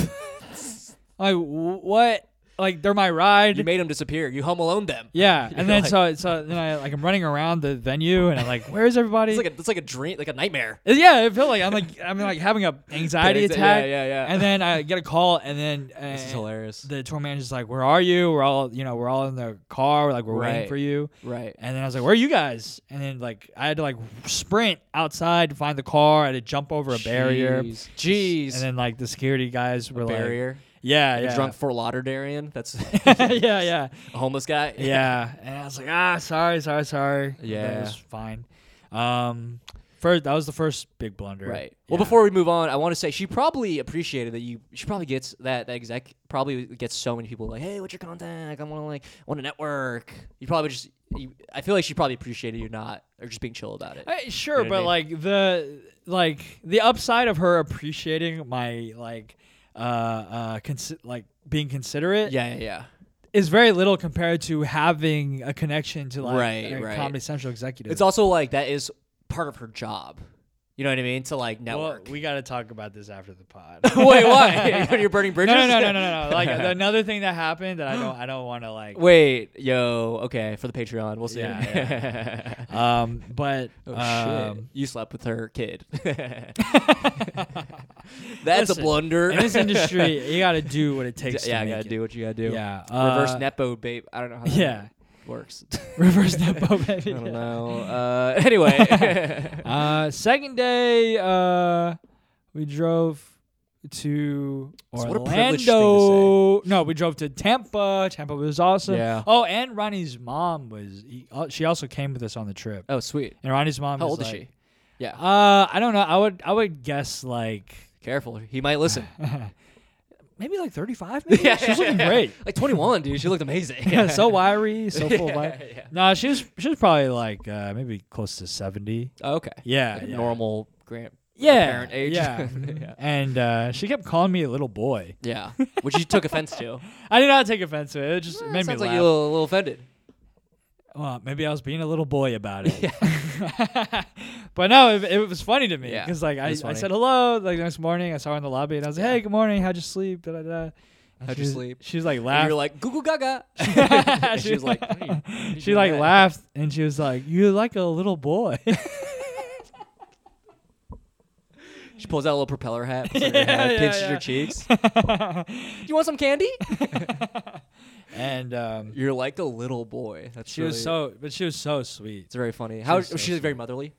[SPEAKER 3] like wh- what? Like they're my ride.
[SPEAKER 2] you made them disappear. You home alone them. (laughs)
[SPEAKER 3] yeah,
[SPEAKER 2] You're
[SPEAKER 3] and then
[SPEAKER 2] like-
[SPEAKER 3] so so then I like I'm running around the venue, and I'm like, "Where is everybody?"
[SPEAKER 2] It's like a, it's like a dream, like a nightmare.
[SPEAKER 3] Yeah, it felt like I'm like I'm like having a anxiety
[SPEAKER 2] Yeah, exa-
[SPEAKER 3] attack.
[SPEAKER 2] yeah, yeah, yeah.
[SPEAKER 3] And then I get a call, and then uh,
[SPEAKER 2] This is hilarious.
[SPEAKER 3] The tour manager's like, "Where are you? We're all you know, we're all in the car. Like we're waiting
[SPEAKER 2] Right.
[SPEAKER 3] for you."
[SPEAKER 2] Right.
[SPEAKER 3] And then I was like, "Where are you guys?" And then like I had to like sprint outside to find the car. I had to jump over a barrier.
[SPEAKER 2] Jeez. Jeez.
[SPEAKER 3] And then like the security guys were like,
[SPEAKER 2] barrier.
[SPEAKER 3] "Yeah,
[SPEAKER 2] Like
[SPEAKER 3] yeah,
[SPEAKER 2] A
[SPEAKER 3] (laughs)
[SPEAKER 2] drunk Fort Lauderdarian. That's
[SPEAKER 3] yeah,
[SPEAKER 2] (laughs)
[SPEAKER 3] yeah,
[SPEAKER 2] a homeless guy.
[SPEAKER 3] (laughs) yeah." And I was like, "Ah, sorry, sorry, sorry." But it
[SPEAKER 2] Yeah.
[SPEAKER 3] was fine. Um, first that was the first big blunder.
[SPEAKER 2] Right. Well,
[SPEAKER 3] Yeah.
[SPEAKER 2] before we move on, I want to say she probably appreciated that you. She probably gets that that exec probably gets so many people like, hey, what's your contact? I want to like want to network. You probably just. You, I feel like she probably appreciated you not or just being chill about it.
[SPEAKER 3] I, sure,
[SPEAKER 2] You know what
[SPEAKER 3] but
[SPEAKER 2] I
[SPEAKER 3] like the like the upside of her appreciating my like uh uh consi- like being considerate
[SPEAKER 2] yeah, yeah, yeah.
[SPEAKER 3] is very little compared to having a connection to like
[SPEAKER 2] Right,
[SPEAKER 3] a
[SPEAKER 2] right.
[SPEAKER 3] Comedy Central executive.
[SPEAKER 2] It's also like that is part of her job. You know what I mean? To like
[SPEAKER 3] well,
[SPEAKER 2] network.
[SPEAKER 3] we got to talk about this after
[SPEAKER 2] (laughs)
[SPEAKER 3] the pod. (laughs)
[SPEAKER 2] Wait, (laughs) why? You're burning
[SPEAKER 3] no,
[SPEAKER 2] bridges.
[SPEAKER 3] no, no, no, no, no,
[SPEAKER 2] (laughs)
[SPEAKER 3] no. Like another thing that happened that I don't I don't want to like
[SPEAKER 2] Wait, yo, okay, for the Patreon, we'll see.
[SPEAKER 3] Yeah,
[SPEAKER 2] (laughs)
[SPEAKER 3] um but
[SPEAKER 2] oh shit!
[SPEAKER 3] um
[SPEAKER 2] You slept with her kid. (laughs) That's
[SPEAKER 3] Listen,
[SPEAKER 2] a blunder.
[SPEAKER 3] (laughs) in
[SPEAKER 2] (laughs)
[SPEAKER 3] this industry you got to do what it takes
[SPEAKER 2] yeah,
[SPEAKER 3] to
[SPEAKER 2] you
[SPEAKER 3] make
[SPEAKER 2] gotta
[SPEAKER 3] it.
[SPEAKER 2] do what you gotta do.
[SPEAKER 3] Yeah.
[SPEAKER 2] Reverse
[SPEAKER 3] uh,
[SPEAKER 2] nepo, babe. I don't know how that
[SPEAKER 3] Yeah.
[SPEAKER 2] works.
[SPEAKER 3] (laughs) Reverse nepo
[SPEAKER 2] (laughs) I
[SPEAKER 3] baby.
[SPEAKER 2] don't
[SPEAKER 3] yeah.
[SPEAKER 2] know. Uh,
[SPEAKER 3] (laughs)
[SPEAKER 2] anyway,
[SPEAKER 3] Uh, second day, uh, we drove to
[SPEAKER 2] So what a privileged thing to
[SPEAKER 3] Orlando. No, we drove to Tampa. Tampa was awesome.
[SPEAKER 2] Yeah.
[SPEAKER 3] Oh, and Ronnie's mom was. He, uh, she also came with us on the trip.
[SPEAKER 2] oh sweet.
[SPEAKER 3] And Ronnie's mom.
[SPEAKER 2] How
[SPEAKER 3] is
[SPEAKER 2] old is
[SPEAKER 3] like-
[SPEAKER 2] she? Yeah,
[SPEAKER 3] Uh, I don't know. I would. I would guess like
[SPEAKER 2] careful. He might listen.
[SPEAKER 3] (laughs) maybe like thirty-five.
[SPEAKER 2] (laughs)
[SPEAKER 3] Maybe she was looking great.
[SPEAKER 2] Like 21, dude. She looked amazing. (laughs)
[SPEAKER 3] Yeah, so wiry, so full of
[SPEAKER 2] Yeah,
[SPEAKER 3] life.
[SPEAKER 2] yeah.
[SPEAKER 3] No, she was she was probably like uh, maybe close to seventy.
[SPEAKER 2] Oh, okay.
[SPEAKER 3] Yeah,
[SPEAKER 2] Like a
[SPEAKER 3] yeah.
[SPEAKER 2] Normal grant.
[SPEAKER 3] yeah,
[SPEAKER 2] parent age.
[SPEAKER 3] Yeah.
[SPEAKER 2] (laughs) Yeah.
[SPEAKER 3] And uh, she kept calling me a little boy. (laughs)
[SPEAKER 2] Yeah, which you took offense to.
[SPEAKER 3] I did not take offense to it. It just
[SPEAKER 2] Well,
[SPEAKER 3] made me
[SPEAKER 2] sounds
[SPEAKER 3] laugh.
[SPEAKER 2] like you're a little, a little offended.
[SPEAKER 3] well, maybe I was being a little boy about it. (laughs) but no, it, it was funny to me
[SPEAKER 2] Yeah,
[SPEAKER 3] because like
[SPEAKER 2] it
[SPEAKER 3] I,
[SPEAKER 2] is
[SPEAKER 3] I
[SPEAKER 2] funny.
[SPEAKER 3] said hello like the next morning. I saw her in the lobby and I was like, "Hey, good morning. How'd you sleep?" Da, da, da. And
[SPEAKER 2] How'd
[SPEAKER 3] she
[SPEAKER 2] you
[SPEAKER 3] was-
[SPEAKER 2] sleep?
[SPEAKER 3] She was like
[SPEAKER 2] And
[SPEAKER 3] laughed.
[SPEAKER 2] You're like Google
[SPEAKER 3] (laughs)
[SPEAKER 2] Gaga. And she was like, what are (laughs) you- what are you
[SPEAKER 3] she
[SPEAKER 2] doing
[SPEAKER 3] like
[SPEAKER 2] that?
[SPEAKER 3] laughed and she was like, "You're like a little boy."
[SPEAKER 2] She pulls out a little propeller hat, puts it on
[SPEAKER 3] (laughs) Yeah,
[SPEAKER 2] your head,
[SPEAKER 3] yeah,
[SPEAKER 2] pinches
[SPEAKER 3] yeah.
[SPEAKER 2] your cheeks. Do (laughs)
[SPEAKER 3] (laughs)
[SPEAKER 2] you want some candy?
[SPEAKER 3] and um,
[SPEAKER 2] You're like a little boy. That's
[SPEAKER 3] she
[SPEAKER 2] really-
[SPEAKER 3] was so, but she was so sweet.
[SPEAKER 2] It's very funny. How
[SPEAKER 3] was
[SPEAKER 2] she
[SPEAKER 3] so
[SPEAKER 2] was very motherly.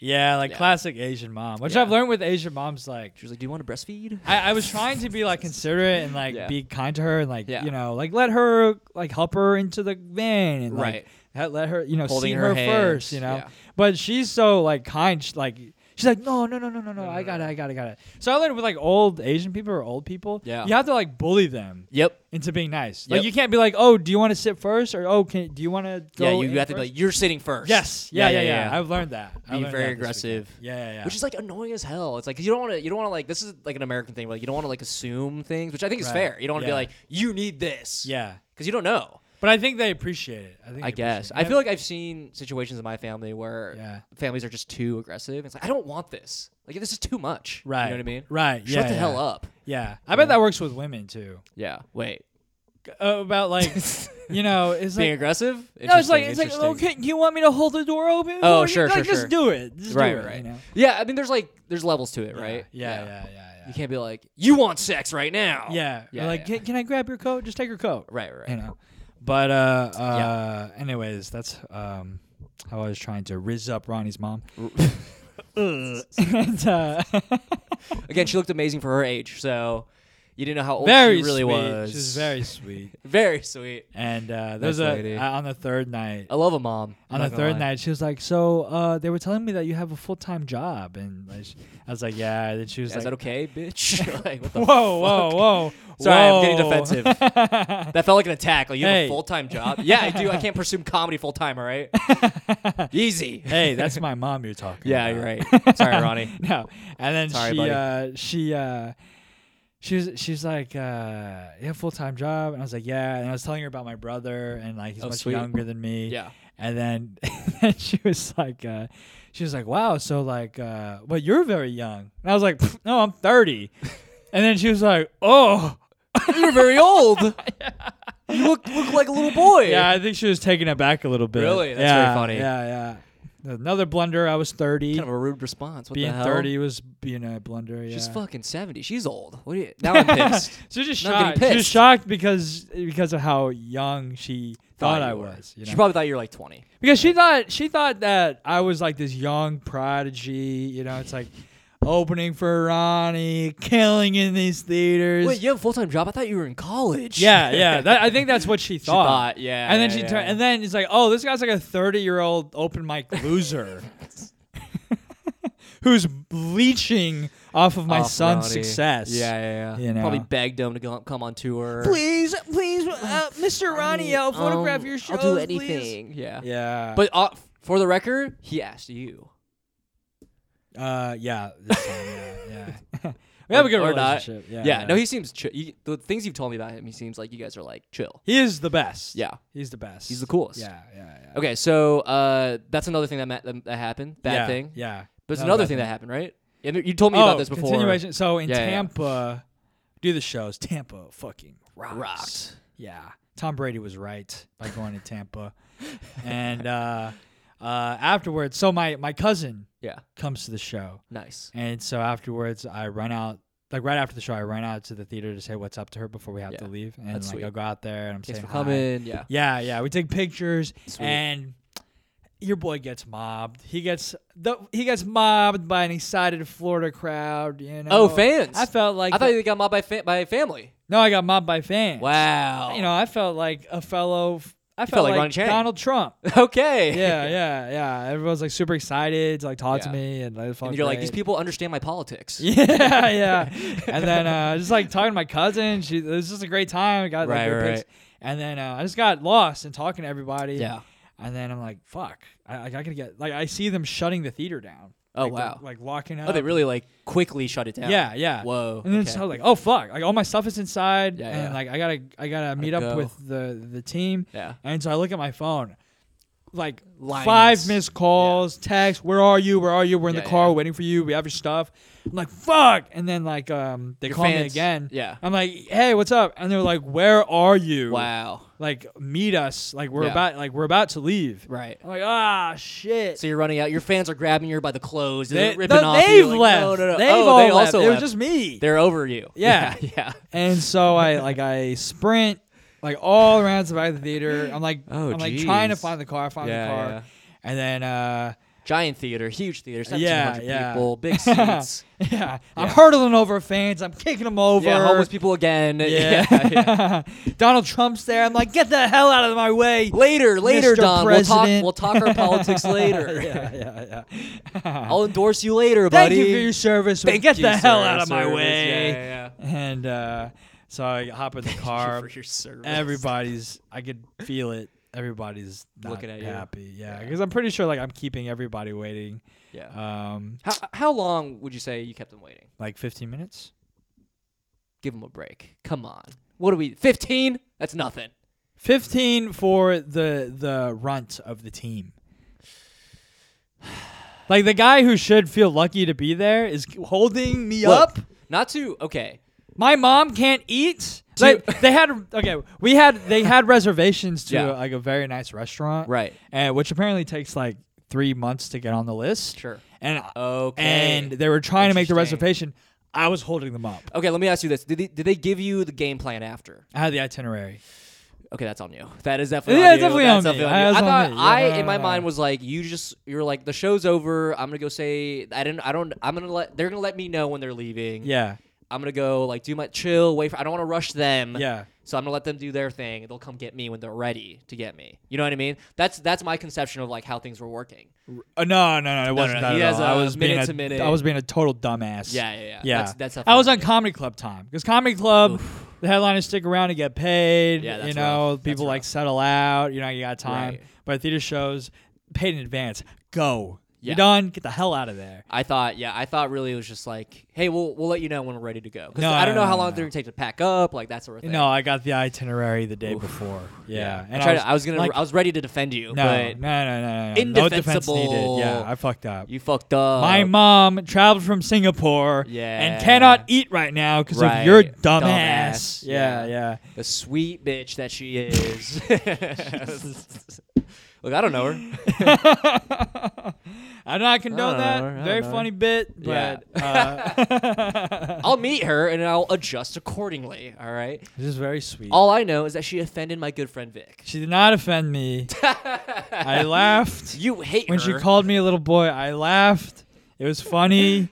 [SPEAKER 3] Yeah, like
[SPEAKER 2] Yeah.
[SPEAKER 3] classic Asian mom, which
[SPEAKER 2] Yeah.
[SPEAKER 3] I've learned with Asian moms, like
[SPEAKER 2] She was like, "Do you want to breastfeed?"
[SPEAKER 3] I, I was trying to be like considerate and like
[SPEAKER 2] Yeah.
[SPEAKER 3] be kind to her and like
[SPEAKER 2] Yeah.
[SPEAKER 3] you know like let her like help her into the van and like
[SPEAKER 2] Right.
[SPEAKER 3] ha- let her you know
[SPEAKER 2] Holding
[SPEAKER 3] see
[SPEAKER 2] her
[SPEAKER 3] her,
[SPEAKER 2] hands,
[SPEAKER 3] first you know
[SPEAKER 2] yeah.
[SPEAKER 3] but she's so like kind sh like She's like, no, no, no, no, no, no. I got it. I got it. I got it. So I learned with like old Asian people or old people,
[SPEAKER 2] Yeah.
[SPEAKER 3] you have to like bully them
[SPEAKER 2] Yep.
[SPEAKER 3] into being nice. Like
[SPEAKER 2] Yep.
[SPEAKER 3] you can't be like, oh, do you want to sit first or oh, can do you want to? Go
[SPEAKER 2] Yeah, you
[SPEAKER 3] in
[SPEAKER 2] have to be
[SPEAKER 3] first?"
[SPEAKER 2] like you're sitting first.
[SPEAKER 3] Yes. Yeah. Yeah. Yeah. I've learned that. I
[SPEAKER 2] Be very
[SPEAKER 3] learned that this weekend.
[SPEAKER 2] aggressive.
[SPEAKER 3] Yeah. Yeah. yeah.
[SPEAKER 2] which is like annoying as hell. It's like 'cause you don't want to. You don't want to like. This is like an American thing. Where, like you don't want to like assume things, which I think is
[SPEAKER 3] Right.
[SPEAKER 2] fair. You don't want to
[SPEAKER 3] Yeah.
[SPEAKER 2] be like you need this.
[SPEAKER 3] yeah.
[SPEAKER 2] because you don't know.
[SPEAKER 3] But I think they appreciate it. I think.
[SPEAKER 2] I
[SPEAKER 3] they appreciate
[SPEAKER 2] guess
[SPEAKER 3] it.
[SPEAKER 2] I feel like I've seen situations in my family where
[SPEAKER 3] Yeah.
[SPEAKER 2] families are just too aggressive. It's like I don't want this. Like this is too much.
[SPEAKER 3] Right.
[SPEAKER 2] You know what I mean?
[SPEAKER 3] Right.
[SPEAKER 2] Shut
[SPEAKER 3] yeah,
[SPEAKER 2] the
[SPEAKER 3] yeah.
[SPEAKER 2] hell up.
[SPEAKER 3] Yeah. I bet that works with
[SPEAKER 2] (laughs)
[SPEAKER 3] women too.
[SPEAKER 2] Yeah. Wait.
[SPEAKER 3] Uh, about like, you know, it's
[SPEAKER 2] Being
[SPEAKER 3] like.
[SPEAKER 2] aggressive?
[SPEAKER 3] No, it's like it's
[SPEAKER 2] Interesting,
[SPEAKER 3] like
[SPEAKER 2] interesting.
[SPEAKER 3] okay. You want me to hold the door open?
[SPEAKER 2] Oh,
[SPEAKER 3] for you?
[SPEAKER 2] sure, sure,
[SPEAKER 3] like, Just
[SPEAKER 2] sure.
[SPEAKER 3] do it. Just do
[SPEAKER 2] Right.
[SPEAKER 3] it,
[SPEAKER 2] right.
[SPEAKER 3] You know?
[SPEAKER 2] Yeah. I mean, there's like there's levels to it, right?
[SPEAKER 3] Yeah, yeah, yeah, yeah.
[SPEAKER 2] You can't be like you want sex right now.
[SPEAKER 3] yeah. Or
[SPEAKER 2] Yeah.
[SPEAKER 3] like,
[SPEAKER 2] yeah.
[SPEAKER 3] Can, can I grab your coat? Just take your coat.
[SPEAKER 2] Right. Right.
[SPEAKER 3] You know. But uh, uh anyways, that's um how I was trying to riz up Ronnie's mom. (laughs) and uh
[SPEAKER 2] Again, she looked amazing for her age, so you didn't know how old
[SPEAKER 3] (laughs) very
[SPEAKER 2] Oh, she really
[SPEAKER 3] sweet.
[SPEAKER 2] was.
[SPEAKER 3] She's very sweet.
[SPEAKER 2] very sweet.
[SPEAKER 3] And uh there's
[SPEAKER 2] Nice
[SPEAKER 3] a
[SPEAKER 2] lady.
[SPEAKER 3] uh, on the third night.
[SPEAKER 2] I love a mom. I'm
[SPEAKER 3] on the
[SPEAKER 2] Oh, not gonna
[SPEAKER 3] third
[SPEAKER 2] lie.
[SPEAKER 3] night, she was like, "So uh, they were telling me that you have a full time job," and like, sh- I was like, "Yeah." And then she was
[SPEAKER 2] Yeah,
[SPEAKER 3] like,
[SPEAKER 2] is that okay, bitch? (laughs) like, what the
[SPEAKER 3] (laughs) Whoa, whoa, whoa.
[SPEAKER 2] (laughs) Sorry, I'm getting
[SPEAKER 3] whoa.
[SPEAKER 2] defensive. (laughs) That felt like an attack. Like you have
[SPEAKER 3] Hey.
[SPEAKER 2] a full time job. Yeah, I do. I can't pursue comedy full time. All
[SPEAKER 3] (laughs)
[SPEAKER 2] right. Easy.
[SPEAKER 3] (laughs) hey, that's my mom you're talking
[SPEAKER 2] (laughs) Yeah,
[SPEAKER 3] about.
[SPEAKER 2] you're right. Sorry, Ronnie.
[SPEAKER 3] (laughs) No. And then
[SPEAKER 2] Sorry,
[SPEAKER 3] she
[SPEAKER 2] buddy.
[SPEAKER 3] uh she uh she was she's like uh you have a full time job and I was like, Yeah and I was telling her about my brother and like he's
[SPEAKER 2] Oh,
[SPEAKER 3] much
[SPEAKER 2] sweet.
[SPEAKER 3] younger than me.
[SPEAKER 2] Yeah.
[SPEAKER 3] And then (laughs) and she was like uh she was like, Wow, so like uh but you're very young and I was like, "Pfft, No,
[SPEAKER 2] (laughs)
[SPEAKER 3] I'm thirty And then she was like, Oh
[SPEAKER 2] You're very (laughs) old. You look look like a little boy.
[SPEAKER 3] Yeah, I think she was taken aback a little bit.
[SPEAKER 2] Really? That's very
[SPEAKER 3] yeah,
[SPEAKER 2] funny.
[SPEAKER 3] Yeah, yeah. Another blunder. I was thirty.
[SPEAKER 2] Kind of a rude response. What
[SPEAKER 3] being
[SPEAKER 2] the hell?
[SPEAKER 3] thirty was being a blunder. Yeah.
[SPEAKER 2] She's fucking seventy. She's old. What do you? Now I'm
[SPEAKER 3] (laughs)
[SPEAKER 2] pissed.
[SPEAKER 3] She was just
[SPEAKER 2] Not getting
[SPEAKER 3] shocked. She was
[SPEAKER 2] pissed.
[SPEAKER 3] shocked because because of how young she thought, I
[SPEAKER 2] you were.
[SPEAKER 3] was. You know?
[SPEAKER 2] She probably thought you were like twenty.
[SPEAKER 3] because she thought she thought that I was like this young prodigy. You know, it's like opening for Ronnie, killing in these theaters.
[SPEAKER 2] Wait, you have a full time job? I thought you were in college. (laughs)
[SPEAKER 3] yeah, yeah. That, I think that's what she
[SPEAKER 2] She
[SPEAKER 3] thought.
[SPEAKER 2] thought. Yeah.
[SPEAKER 3] and then
[SPEAKER 2] yeah,
[SPEAKER 3] she
[SPEAKER 2] yeah.
[SPEAKER 3] turned, and then it's like, oh, this guy's like a 30 year old open
[SPEAKER 2] (laughs)
[SPEAKER 3] mic loser (laughs) who's leeching off of my
[SPEAKER 2] Off
[SPEAKER 3] son's
[SPEAKER 2] Ronnie.
[SPEAKER 3] success.
[SPEAKER 2] Yeah, yeah, yeah.
[SPEAKER 3] You know.
[SPEAKER 2] Probably begged him to go, come on tour.
[SPEAKER 3] Please, please, uh, Mr. (laughs) Ronnie, I'll photograph your shows.
[SPEAKER 2] um, I'll do
[SPEAKER 3] please.
[SPEAKER 2] anything. Yeah.
[SPEAKER 3] Yeah.
[SPEAKER 2] But uh, for the record, he asked you.
[SPEAKER 3] uh, yeah. this time, yeah,
[SPEAKER 2] (laughs)
[SPEAKER 3] yeah. (laughs) we have a good
[SPEAKER 2] Or not.
[SPEAKER 3] relationship. Yeah,
[SPEAKER 2] Yeah. No, he seems chill. You, the things you've told me about him, he seems like you guys are like chill.
[SPEAKER 3] he is the best.
[SPEAKER 2] Yeah.
[SPEAKER 3] He's the best.
[SPEAKER 2] He's the coolest.
[SPEAKER 3] Yeah, yeah, yeah.
[SPEAKER 2] Okay, so uh, that's another thing that ma- that that happened. Bad
[SPEAKER 3] yeah,
[SPEAKER 2] thing.
[SPEAKER 3] Yeah.
[SPEAKER 2] But it's
[SPEAKER 3] That was
[SPEAKER 2] another
[SPEAKER 3] bad
[SPEAKER 2] thing
[SPEAKER 3] thing. Oh,
[SPEAKER 2] that happened, right? And you told me about this before.
[SPEAKER 3] Continuation. So in
[SPEAKER 2] Yeah, yeah, yeah.
[SPEAKER 3] Tampa, do the shows. Tampa fucking rocks.
[SPEAKER 2] Rocked.
[SPEAKER 3] Yeah. Tom Brady was right by going to Tampa. and uh, uh, afterwards, so my, my cousin
[SPEAKER 2] Yeah.
[SPEAKER 3] comes to the show.
[SPEAKER 2] Nice.
[SPEAKER 3] And so afterwards, I run out. Like right after the show, I run out to the theater to say what's up to her before we have
[SPEAKER 2] Yeah.
[SPEAKER 3] to leave, and
[SPEAKER 2] That's
[SPEAKER 3] like
[SPEAKER 2] sweet.
[SPEAKER 3] I go out there and I'm
[SPEAKER 2] Thanks
[SPEAKER 3] saying
[SPEAKER 2] for
[SPEAKER 3] hi.
[SPEAKER 2] coming. Yeah.
[SPEAKER 3] Yeah, yeah. We take pictures,
[SPEAKER 2] Sweet.
[SPEAKER 3] and your boy gets mobbed. He gets the he gets mobbed by an excited Florida crowd. You know.
[SPEAKER 2] Oh, fans.
[SPEAKER 3] I felt like
[SPEAKER 2] I thought you got mobbed by fa- by family.
[SPEAKER 3] no, I got mobbed by fans.
[SPEAKER 2] Wow.
[SPEAKER 3] You know, I felt like a fellow. I felt,
[SPEAKER 2] felt like
[SPEAKER 3] like,
[SPEAKER 2] Ronnie Chang.
[SPEAKER 3] Donald Trump.
[SPEAKER 2] (laughs) (laughs) Okay.
[SPEAKER 3] Yeah, yeah, yeah. Everyone's like super excited to like talk to
[SPEAKER 2] Yeah.
[SPEAKER 3] me, and, like, it felt
[SPEAKER 2] And you're like,
[SPEAKER 3] great.
[SPEAKER 2] these people understand my politics.
[SPEAKER 3] (laughs) Yeah, yeah. And then uh, just like talking to my cousin, she it was just a great time. We got
[SPEAKER 2] Right,
[SPEAKER 3] like, great
[SPEAKER 2] right,
[SPEAKER 3] pics. And then uh, I just got lost in talking to everybody.
[SPEAKER 2] Yeah.
[SPEAKER 3] And then I'm like, fuck, I, I gotta get like I see them shutting the theater down.
[SPEAKER 2] Oh,
[SPEAKER 3] Like,
[SPEAKER 2] wow.
[SPEAKER 3] the- like locking up.
[SPEAKER 2] Oh, they really like quickly shut it down.
[SPEAKER 3] Yeah, yeah.
[SPEAKER 2] Whoa.
[SPEAKER 3] And then
[SPEAKER 2] okay.
[SPEAKER 3] so I was like, oh fuck, like all my stuff is inside,
[SPEAKER 2] Yeah,
[SPEAKER 3] and
[SPEAKER 2] yeah.
[SPEAKER 3] like I gotta I gotta meet up
[SPEAKER 2] go.
[SPEAKER 3] with the the team.
[SPEAKER 2] Yeah.
[SPEAKER 3] And so I look at my phone, like
[SPEAKER 2] Lines.
[SPEAKER 3] five missed calls, texts. Where are you? Where are you? We're in
[SPEAKER 2] Yeah,
[SPEAKER 3] the car
[SPEAKER 2] yeah.
[SPEAKER 3] waiting for you. We have your stuff. I'm like, fuck. And then like um they
[SPEAKER 2] Your
[SPEAKER 3] call me
[SPEAKER 2] fans-
[SPEAKER 3] again.
[SPEAKER 2] yeah.
[SPEAKER 3] I'm like, hey, what's up? And they're like, where are you?
[SPEAKER 2] Wow.
[SPEAKER 3] Like meet us. Like we're
[SPEAKER 2] Yeah.
[SPEAKER 3] about like we're about to leave.
[SPEAKER 2] Right.
[SPEAKER 3] I'm like, ah, shit.
[SPEAKER 2] So you're running out. Your fans are grabbing you by the clothes. They're
[SPEAKER 3] they,
[SPEAKER 2] ripping
[SPEAKER 3] no,
[SPEAKER 2] off you,
[SPEAKER 3] they've
[SPEAKER 2] like,
[SPEAKER 3] left.
[SPEAKER 2] No, no, no.
[SPEAKER 3] They've
[SPEAKER 2] oh,
[SPEAKER 3] all
[SPEAKER 2] they
[SPEAKER 3] left.
[SPEAKER 2] also
[SPEAKER 3] It was
[SPEAKER 2] left.
[SPEAKER 3] just me.
[SPEAKER 2] They're over you. (laughs)
[SPEAKER 3] Yeah.
[SPEAKER 2] Yeah. yeah.
[SPEAKER 3] And so I like I sprint like all around the back of the theater. I'm like
[SPEAKER 2] Oh,
[SPEAKER 3] I'm like trying to
[SPEAKER 2] jeez.
[SPEAKER 3] find the car, find
[SPEAKER 2] Yeah,
[SPEAKER 3] the car.
[SPEAKER 2] yeah.
[SPEAKER 3] And then uh
[SPEAKER 2] giant theater, huge theater,
[SPEAKER 3] Yeah,
[SPEAKER 2] 1,700
[SPEAKER 3] yeah.
[SPEAKER 2] people, big seats.
[SPEAKER 3] (laughs) yeah. I'm
[SPEAKER 2] Yeah.
[SPEAKER 3] hurdling over fans. I'm kicking them over.
[SPEAKER 2] yeah, homeless people again. (laughs)
[SPEAKER 3] (laughs) Yeah. (laughs) Donald Trump's there. I'm like, get the hell out of my way.
[SPEAKER 2] Later, later,
[SPEAKER 3] Mr.
[SPEAKER 2] Don.
[SPEAKER 3] President.
[SPEAKER 2] We'll talk. We'll talk our
[SPEAKER 3] (laughs)
[SPEAKER 2] politics later.
[SPEAKER 3] yeah, yeah, yeah.
[SPEAKER 2] I'll endorse you later,
[SPEAKER 3] (laughs) Thank
[SPEAKER 2] buddy.
[SPEAKER 3] you for your service. but
[SPEAKER 2] Thank
[SPEAKER 3] get
[SPEAKER 2] you,
[SPEAKER 3] the hell
[SPEAKER 2] sir,
[SPEAKER 3] out of my
[SPEAKER 2] service.
[SPEAKER 3] way.
[SPEAKER 2] Yeah, yeah, yeah.
[SPEAKER 3] And uh, so I hop in the
[SPEAKER 2] (laughs) Thank you
[SPEAKER 3] car.
[SPEAKER 2] for your service.
[SPEAKER 3] Everybody's, I could feel it. Everybody's not
[SPEAKER 2] Looking at you.
[SPEAKER 3] happy. Yeah,
[SPEAKER 2] Yeah.
[SPEAKER 3] because I'm pretty sure like I'm keeping everybody waiting.
[SPEAKER 2] Yeah.
[SPEAKER 3] Um,
[SPEAKER 2] how how long would you say you kept them waiting?
[SPEAKER 3] like 15 minutes.
[SPEAKER 2] Give them a break. Come on. What are we? Fifteen? That's nothing.
[SPEAKER 3] 15 for the the runt of the team. (sighs) Like the guy who should feel lucky to be there is holding me
[SPEAKER 2] Look,
[SPEAKER 3] up.
[SPEAKER 2] Not to. Okay.
[SPEAKER 3] My mom can't eat. Like they had okay, we had they had reservations to
[SPEAKER 2] Yeah.
[SPEAKER 3] like a very nice restaurant,
[SPEAKER 2] Right.
[SPEAKER 3] And which apparently takes like three months to get on the list.
[SPEAKER 2] Sure. Oh,
[SPEAKER 3] And
[SPEAKER 2] Okay.
[SPEAKER 3] and they were trying to make the
[SPEAKER 2] Interesting.
[SPEAKER 3] reservation. I was holding them up.
[SPEAKER 2] Okay, let me ask you this: Did they, did they give you the game plan after?
[SPEAKER 3] I had the itinerary.
[SPEAKER 2] Okay, that's on you. That is definitely
[SPEAKER 3] Yeah,
[SPEAKER 2] on
[SPEAKER 3] it's
[SPEAKER 2] you.
[SPEAKER 3] definitely
[SPEAKER 2] That's
[SPEAKER 3] on me.
[SPEAKER 2] definitely
[SPEAKER 3] That
[SPEAKER 2] you.
[SPEAKER 3] is
[SPEAKER 2] I
[SPEAKER 3] on
[SPEAKER 2] thought
[SPEAKER 3] me.
[SPEAKER 2] I
[SPEAKER 3] Yeah, no,
[SPEAKER 2] in my
[SPEAKER 3] no,
[SPEAKER 2] mind
[SPEAKER 3] no.
[SPEAKER 2] was like, you just you're like the show's over. I'm gonna go say I didn't. I don't. I'm gonna let they're gonna let me know when they're leaving.
[SPEAKER 3] Yeah,
[SPEAKER 2] I'm gonna go like do my chill. Wait for. I don't want to rush them.
[SPEAKER 3] yeah.
[SPEAKER 2] So I'm gonna let them do their thing. They'll come get me when they're ready to get me. You know what I mean? That's that's my conception of like how things were working.
[SPEAKER 3] Uh, no, no, no, it wasn't
[SPEAKER 2] no,
[SPEAKER 3] that
[SPEAKER 2] he
[SPEAKER 3] at
[SPEAKER 2] has
[SPEAKER 3] all. I
[SPEAKER 2] a
[SPEAKER 3] was being
[SPEAKER 2] minute
[SPEAKER 3] a,
[SPEAKER 2] to minute.
[SPEAKER 3] I was being a total dumbass.
[SPEAKER 2] Yeah, yeah, yeah.
[SPEAKER 3] yeah.
[SPEAKER 2] That's, that's
[SPEAKER 3] I was on
[SPEAKER 2] definitely-
[SPEAKER 3] comedy club time because comedy club, the headliners stick around to get paid.
[SPEAKER 2] Yeah, that's
[SPEAKER 3] you know,
[SPEAKER 2] rough. That's
[SPEAKER 3] people like
[SPEAKER 2] rough.
[SPEAKER 3] settle out. You know, you got time.
[SPEAKER 2] Right.
[SPEAKER 3] But theater shows, paid in advance. Go.
[SPEAKER 2] Yeah.
[SPEAKER 3] You're done. Get the hell out of there.
[SPEAKER 2] I thought, yeah, I thought really it was just like, hey, we'll we'll let you know when we're ready to go. 'Cause
[SPEAKER 3] No,
[SPEAKER 2] I don't
[SPEAKER 3] no,
[SPEAKER 2] know
[SPEAKER 3] no,
[SPEAKER 2] how
[SPEAKER 3] no,
[SPEAKER 2] long
[SPEAKER 3] no.
[SPEAKER 2] they're gonna take to pack up, like that sort of thing.
[SPEAKER 3] No, I got the itinerary the day before. Yeah,
[SPEAKER 2] I, tried. to- I was, gonna.
[SPEAKER 3] like,
[SPEAKER 2] I was ready to defend you,
[SPEAKER 3] no,
[SPEAKER 2] but
[SPEAKER 3] no, no, no, no, no, no defense needed.
[SPEAKER 2] Indefensible.
[SPEAKER 3] Yeah, I fucked up.
[SPEAKER 2] you fucked up.
[SPEAKER 3] My mom traveled from Singapore
[SPEAKER 2] Uh, Yeah.
[SPEAKER 3] and cannot eat right now because
[SPEAKER 2] Right.
[SPEAKER 3] of your
[SPEAKER 2] Dumbass.
[SPEAKER 3] dumbass. Yeah,
[SPEAKER 2] Yeah.
[SPEAKER 3] (laughs) yeah.
[SPEAKER 2] the sweet bitch that she
[SPEAKER 3] (laughs)
[SPEAKER 2] is. (laughs) Look, I don't know her.
[SPEAKER 3] I do not condone
[SPEAKER 2] I don't know,
[SPEAKER 3] that.
[SPEAKER 2] I don't
[SPEAKER 3] Very
[SPEAKER 2] know.
[SPEAKER 3] funny bit,
[SPEAKER 2] Yeah. (laughs)
[SPEAKER 3] but uh,
[SPEAKER 2] I'll meet her and I'll adjust accordingly. All right.
[SPEAKER 3] this is very sweet.
[SPEAKER 2] All I know is that she offended my good friend Vic.
[SPEAKER 3] she did not
[SPEAKER 2] (laughs)
[SPEAKER 3] offend me. I laughed
[SPEAKER 2] You hate
[SPEAKER 3] when
[SPEAKER 2] her.
[SPEAKER 3] she called me a little boy. I laughed. It was funny.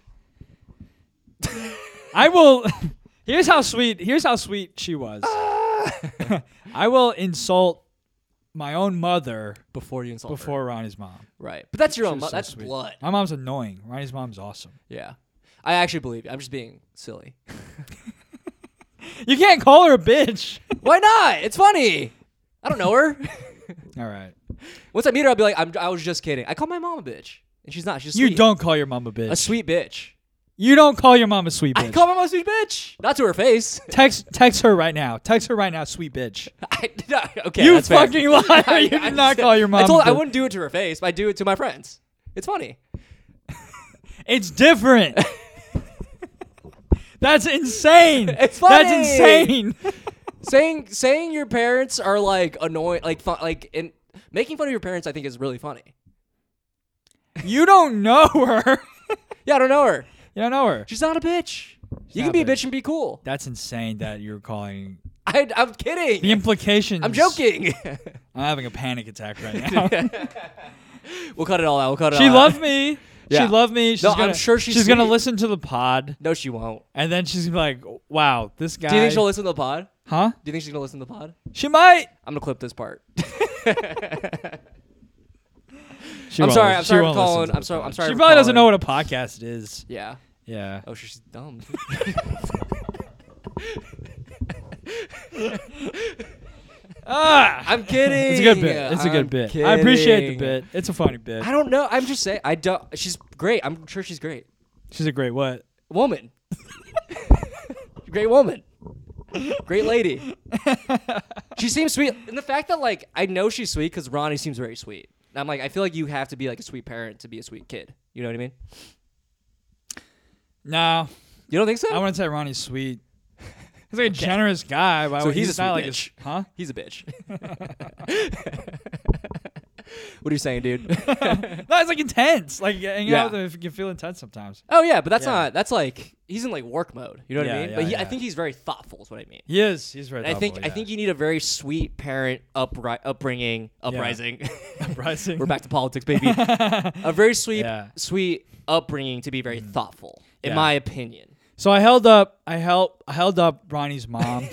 [SPEAKER 3] I will. (laughs) Here's how sweet. Here's how sweet she was.
[SPEAKER 2] (laughs)
[SPEAKER 3] I will insult my own mother
[SPEAKER 2] before you insult her.
[SPEAKER 3] before Ronnie's mom.
[SPEAKER 2] Right, but that's your own.
[SPEAKER 3] She's
[SPEAKER 2] mo-
[SPEAKER 3] so
[SPEAKER 2] Oh, that's
[SPEAKER 3] sweet.
[SPEAKER 2] blood.
[SPEAKER 3] My mom's annoying. Ronnie's mom's awesome.
[SPEAKER 2] Yeah, I actually believe you. I'm just being silly.
[SPEAKER 3] You can't call her a bitch. (laughs)
[SPEAKER 2] Why not? It's funny. I don't know her. (laughs)
[SPEAKER 3] All right.
[SPEAKER 2] Once I meet her, I'll be like, I'm, I was just kidding. I call my mom a bitch, and she's not. She's
[SPEAKER 3] You
[SPEAKER 2] sweet.
[SPEAKER 3] don't call your mom a bitch.
[SPEAKER 2] a sweet bitch.
[SPEAKER 3] you don't call your mom a sweet
[SPEAKER 2] I
[SPEAKER 3] bitch.
[SPEAKER 2] call my mom a sweet bitch, not to her face. (laughs)
[SPEAKER 3] text text her right now. Text her right now, sweet bitch.
[SPEAKER 2] I (laughs) did not, okay,
[SPEAKER 3] you
[SPEAKER 2] that's fair. (laughs)
[SPEAKER 3] fucking liar.
[SPEAKER 2] I-
[SPEAKER 3] you did
[SPEAKER 2] I
[SPEAKER 3] not
[SPEAKER 2] said-
[SPEAKER 3] call your mom.
[SPEAKER 2] I told
[SPEAKER 3] a
[SPEAKER 2] her I
[SPEAKER 3] bitch.
[SPEAKER 2] wouldn't do it to her face, but I do it to my friends. It's funny. (laughs)
[SPEAKER 3] It's different. That's insane.
[SPEAKER 2] It's
[SPEAKER 3] That's
[SPEAKER 2] funny. (laughs)
[SPEAKER 3] insane.
[SPEAKER 2] saying saying your parents are like annoying, like fun, like in making fun of your parents. I think is really funny.
[SPEAKER 3] you don't know her.
[SPEAKER 2] Yeah, I don't know her.
[SPEAKER 3] You don't know her.
[SPEAKER 2] She's not a bitch. you
[SPEAKER 3] not a
[SPEAKER 2] can be a
[SPEAKER 3] bitch.
[SPEAKER 2] bitch and be cool.
[SPEAKER 3] That's insane that you're calling.
[SPEAKER 2] I, I'm
[SPEAKER 3] The
[SPEAKER 2] kidding.
[SPEAKER 3] implications.
[SPEAKER 2] I'm joking. (laughs)
[SPEAKER 3] I'm having a panic attack right now.
[SPEAKER 2] we'll cut it all out. We'll cut it
[SPEAKER 3] she
[SPEAKER 2] all out.
[SPEAKER 3] loved me.
[SPEAKER 2] Yeah.
[SPEAKER 3] She loved me. She's
[SPEAKER 2] No, I'm
[SPEAKER 3] gonna,
[SPEAKER 2] sure she's
[SPEAKER 3] gonna
[SPEAKER 2] sweet.
[SPEAKER 3] listen to the pod,
[SPEAKER 2] No, she won't.
[SPEAKER 3] and then she's gonna be like, "Wow, this guy."
[SPEAKER 2] Do you think she'll listen to the pod?
[SPEAKER 3] huh?
[SPEAKER 2] Do you think she's gonna listen to the pod?
[SPEAKER 3] She might.
[SPEAKER 2] I'm gonna clip this part. (laughs)
[SPEAKER 3] She
[SPEAKER 2] I'm
[SPEAKER 3] won't
[SPEAKER 2] sorry.
[SPEAKER 3] lis-
[SPEAKER 2] I'm
[SPEAKER 3] she
[SPEAKER 2] sorry for
[SPEAKER 3] won't listen
[SPEAKER 2] calling.
[SPEAKER 3] to the
[SPEAKER 2] I'm sorry. I'm
[SPEAKER 3] pod.
[SPEAKER 2] sorry.
[SPEAKER 3] She
[SPEAKER 2] for
[SPEAKER 3] probably doesn't
[SPEAKER 2] calling.
[SPEAKER 3] know what a podcast is.
[SPEAKER 2] Yeah.
[SPEAKER 3] Yeah.
[SPEAKER 2] Oh, she's dumb.
[SPEAKER 3] Ah,
[SPEAKER 2] (laughs) I'm kidding.
[SPEAKER 3] it's a good bit. It's a good
[SPEAKER 2] I'm
[SPEAKER 3] bit. I appreciate the
[SPEAKER 2] kidding.
[SPEAKER 3] bit. It's a funny bit.
[SPEAKER 2] I don't know. I'm just saying. I don't. She's great. I'm sure she's great.
[SPEAKER 3] She's a great (laughs) what?
[SPEAKER 2] (laughs) Woman. great woman. Great lady. She seems sweet, and the fact that like I know she's sweet because Ronnie seems very sweet. And I'm like, I feel like you have to be like a sweet parent to be a sweet kid. You know what I mean?
[SPEAKER 3] No,
[SPEAKER 2] You don't think so?
[SPEAKER 3] I wouldn't say Ronnie's sweet. He's like a generous guy, but
[SPEAKER 2] So he's a
[SPEAKER 3] (laughs) not
[SPEAKER 2] sweet (laughs)
[SPEAKER 3] like
[SPEAKER 2] bitch.
[SPEAKER 3] a, huh?
[SPEAKER 2] He's a bitch. What are you saying, dude?
[SPEAKER 3] No, it's like intense. Like hanging
[SPEAKER 2] Yeah.
[SPEAKER 3] out with him, if you can feel intense sometimes.
[SPEAKER 2] (laughs) oh yeah, but that's
[SPEAKER 3] Yeah.
[SPEAKER 2] not. That's like he's in like work mode. You know what I
[SPEAKER 3] Yeah,
[SPEAKER 2] mean?
[SPEAKER 3] yeah,
[SPEAKER 2] but he, I
[SPEAKER 3] yeah.
[SPEAKER 2] think he's very thoughtful. Is what I mean.
[SPEAKER 3] He is. He's very.
[SPEAKER 2] And I think
[SPEAKER 3] thoughtful,
[SPEAKER 2] I think you need a very sweet parent upri- upbringing
[SPEAKER 3] (laughs)
[SPEAKER 2] uprising.
[SPEAKER 3] Uprising.
[SPEAKER 2] We're back to politics,
[SPEAKER 3] (laughs)
[SPEAKER 2] baby. a very sweet
[SPEAKER 3] Yeah. Mm.
[SPEAKER 2] sweet upbringing to be very thoughtful, in
[SPEAKER 3] Yeah.
[SPEAKER 2] my opinion.
[SPEAKER 3] So I held up. I held. I held up Ronnie's (laughs) mom.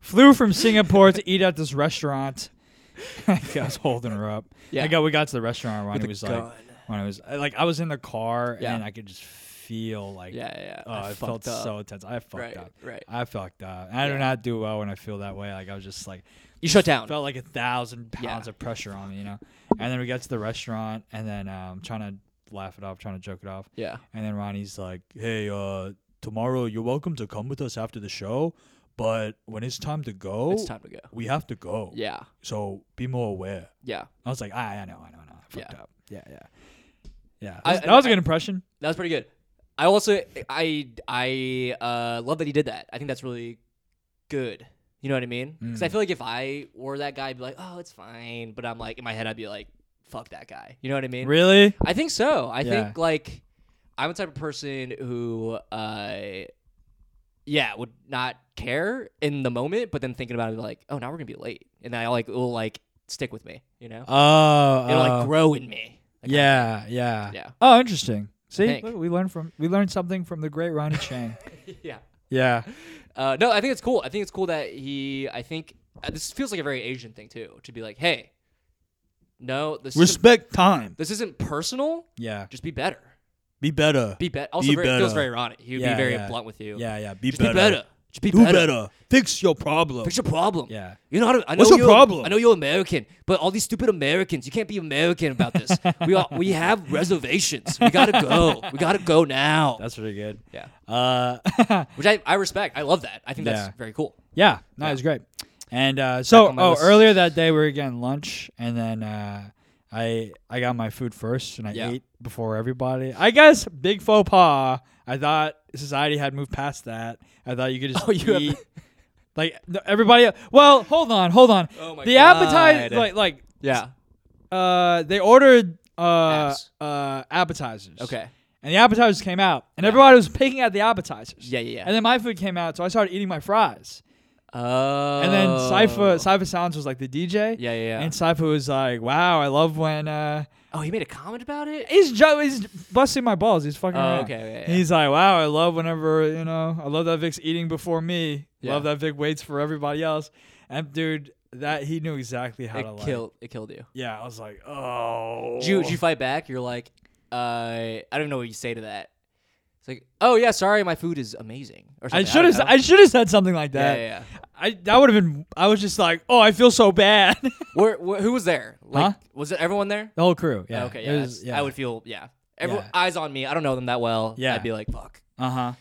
[SPEAKER 3] Flew from Singapore to eat at this restaurant. (laughs) I was holding her up.
[SPEAKER 2] Yeah.
[SPEAKER 3] I got. We got to the restaurant. Ronnie
[SPEAKER 2] a
[SPEAKER 3] was
[SPEAKER 2] gun.
[SPEAKER 3] like. When I was I- like, I was in the car
[SPEAKER 2] Yeah.
[SPEAKER 3] and I could just feel like.
[SPEAKER 2] Yeah, yeah.
[SPEAKER 3] Oh,
[SPEAKER 2] I
[SPEAKER 3] I, felt
[SPEAKER 2] fucked up.
[SPEAKER 3] so intense. I fucked
[SPEAKER 2] Right,
[SPEAKER 3] up.
[SPEAKER 2] right.
[SPEAKER 3] I fucked up. I
[SPEAKER 2] Yeah.
[SPEAKER 3] do not do well when I feel that way. Like I was just like
[SPEAKER 2] You shut down.
[SPEAKER 3] felt like a thousand
[SPEAKER 2] Yeah.
[SPEAKER 3] pounds of pressure on me, you know. And then we got to the restaurant, and then um, trying to laugh it off, trying to joke it off.
[SPEAKER 2] yeah.
[SPEAKER 3] And then Ronnie's like,
[SPEAKER 1] like, hey, uh, tomorrow you're welcome to come with us after the show, but when it's time to
[SPEAKER 3] Oh.
[SPEAKER 1] go,
[SPEAKER 2] It's time to go.
[SPEAKER 1] we have to go.
[SPEAKER 2] Yeah.
[SPEAKER 1] So be more aware.
[SPEAKER 2] Yeah.
[SPEAKER 3] I was like, "Ah, I, I know, I know, I know. I fucked
[SPEAKER 2] Yeah.
[SPEAKER 3] up. Yeah, yeah, yeah.
[SPEAKER 2] I-
[SPEAKER 3] that was a
[SPEAKER 2] I-
[SPEAKER 3] good impression.
[SPEAKER 2] That was pretty good. I also I I uh, love that he did that. I think that's really good. You know what I mean? Because I
[SPEAKER 3] Mm.
[SPEAKER 2] feel like if I were that guy, I'd be like, oh, it's fine. But I'm like in my head, I'd be like, fuck that guy. You know what I mean?
[SPEAKER 3] Really?
[SPEAKER 2] I think so. I
[SPEAKER 3] Yeah.
[SPEAKER 2] think like I'm the type of person who, uh, yeah, would not care in the moment, but then thinking about it, I'd be like, oh, now we're gonna be late, and I like will like stick with me. You know,
[SPEAKER 3] Oh,
[SPEAKER 2] it'll
[SPEAKER 3] oh.
[SPEAKER 2] like grow in me. Like,
[SPEAKER 3] yeah, yeah,
[SPEAKER 2] Yeah.
[SPEAKER 3] Oh, interesting. See,
[SPEAKER 2] think.
[SPEAKER 3] look, we learned from we learned something from the great Ronnie
[SPEAKER 2] (laughs)
[SPEAKER 3] Chang.
[SPEAKER 2] (laughs) yeah.
[SPEAKER 3] yeah,
[SPEAKER 2] Uh, no, I think it's cool. I think it's cool that he. I think uh, this feels like a very Asian thing too, to be like, hey, no, this isn't,
[SPEAKER 1] Respect time.
[SPEAKER 2] this isn't personal.
[SPEAKER 3] yeah,
[SPEAKER 2] Just be better.
[SPEAKER 1] Be better.
[SPEAKER 2] Be better. Also,
[SPEAKER 1] Be
[SPEAKER 2] very, feels
[SPEAKER 1] better.
[SPEAKER 2] very ironic. He would
[SPEAKER 3] Yeah,
[SPEAKER 2] be very
[SPEAKER 3] yeah.
[SPEAKER 2] blunt with you.
[SPEAKER 3] yeah, yeah.
[SPEAKER 1] Be
[SPEAKER 2] Just
[SPEAKER 1] better.
[SPEAKER 2] be better. Just be
[SPEAKER 1] Do better. Fix your problem.
[SPEAKER 2] Fix your problem.
[SPEAKER 3] Yeah.
[SPEAKER 2] You're not. I know
[SPEAKER 1] What's your
[SPEAKER 2] you're,
[SPEAKER 1] problem?
[SPEAKER 2] I know you're American, but all these stupid Americans. You can't be American about this. we are. We have reservations. We gotta go. We gotta go now.
[SPEAKER 1] (laughs)
[SPEAKER 3] That's pretty good.
[SPEAKER 2] yeah.
[SPEAKER 3] Uh,
[SPEAKER 2] Which I, I respect. I love that. I think
[SPEAKER 3] Yeah.
[SPEAKER 2] that's very cool.
[SPEAKER 3] Yeah, no, it was great. And uh, so,
[SPEAKER 2] on my
[SPEAKER 3] oh,
[SPEAKER 2] list.
[SPEAKER 3] earlier that day we were getting lunch, and then uh, I I got my food first, and I
[SPEAKER 2] Yeah.
[SPEAKER 3] ate before everybody. I guess big faux pas. I thought society had moved past that. I thought you could
[SPEAKER 2] (laughs)
[SPEAKER 3] just
[SPEAKER 2] Oh, you have-
[SPEAKER 3] eat. (laughs) Like no, everybody, well, hold on, hold on.
[SPEAKER 2] Oh my
[SPEAKER 3] the appetizer,
[SPEAKER 2] God.
[SPEAKER 3] like, like,
[SPEAKER 2] Yeah.
[SPEAKER 3] uh, they ordered uh,
[SPEAKER 2] Apps.
[SPEAKER 3] uh, appetizers.
[SPEAKER 2] Okay.
[SPEAKER 3] And the appetizers came out, and everybody was picking at the appetizers.
[SPEAKER 2] Yeah, yeah, yeah.
[SPEAKER 3] And then my food came out, so I started eating my fries.
[SPEAKER 2] Oh.
[SPEAKER 3] And then Cypher Cypher Sounds was like the DJ.
[SPEAKER 2] Yeah, yeah, yeah.
[SPEAKER 3] And Cypher was like, Wow, I love when uh
[SPEAKER 2] Oh, he made a comment about it.
[SPEAKER 3] he's jo- he's busting my balls. He's fucking
[SPEAKER 2] Oh,
[SPEAKER 3] around.
[SPEAKER 2] okay, yeah, yeah.
[SPEAKER 3] And He's like, Wow, I love whenever, you know, I love that Vic's eating before me.
[SPEAKER 2] Yeah.
[SPEAKER 3] Love that Vic waits for everybody else. And dude, that he knew exactly how to
[SPEAKER 2] It
[SPEAKER 3] like
[SPEAKER 2] killed. It killed you.
[SPEAKER 3] Yeah, I was like, Oh
[SPEAKER 2] Did you, did you fight back? You're like, uh, I don't know what you say to that. It's like, oh yeah, sorry, my food is amazing. Or
[SPEAKER 3] I
[SPEAKER 2] something.
[SPEAKER 3] should
[SPEAKER 2] don't
[SPEAKER 3] have
[SPEAKER 2] know.
[SPEAKER 3] I should have said something like
[SPEAKER 2] Yeah,
[SPEAKER 3] that.
[SPEAKER 2] yeah. yeah.
[SPEAKER 3] I that would have been I was just like, Oh, I feel so bad. (laughs) the
[SPEAKER 2] Where, where, who was there? Like,
[SPEAKER 3] Huh?
[SPEAKER 2] was it everyone there?
[SPEAKER 3] whole crew. Yeah.
[SPEAKER 2] okay,
[SPEAKER 3] It
[SPEAKER 2] yeah,
[SPEAKER 3] was-
[SPEAKER 2] that's- I would feel, yeah. Every,
[SPEAKER 3] Yeah.
[SPEAKER 2] Eyes on me. I don't know them that well.
[SPEAKER 3] Yeah.
[SPEAKER 2] I'd be like, fuck.
[SPEAKER 3] Uh huh.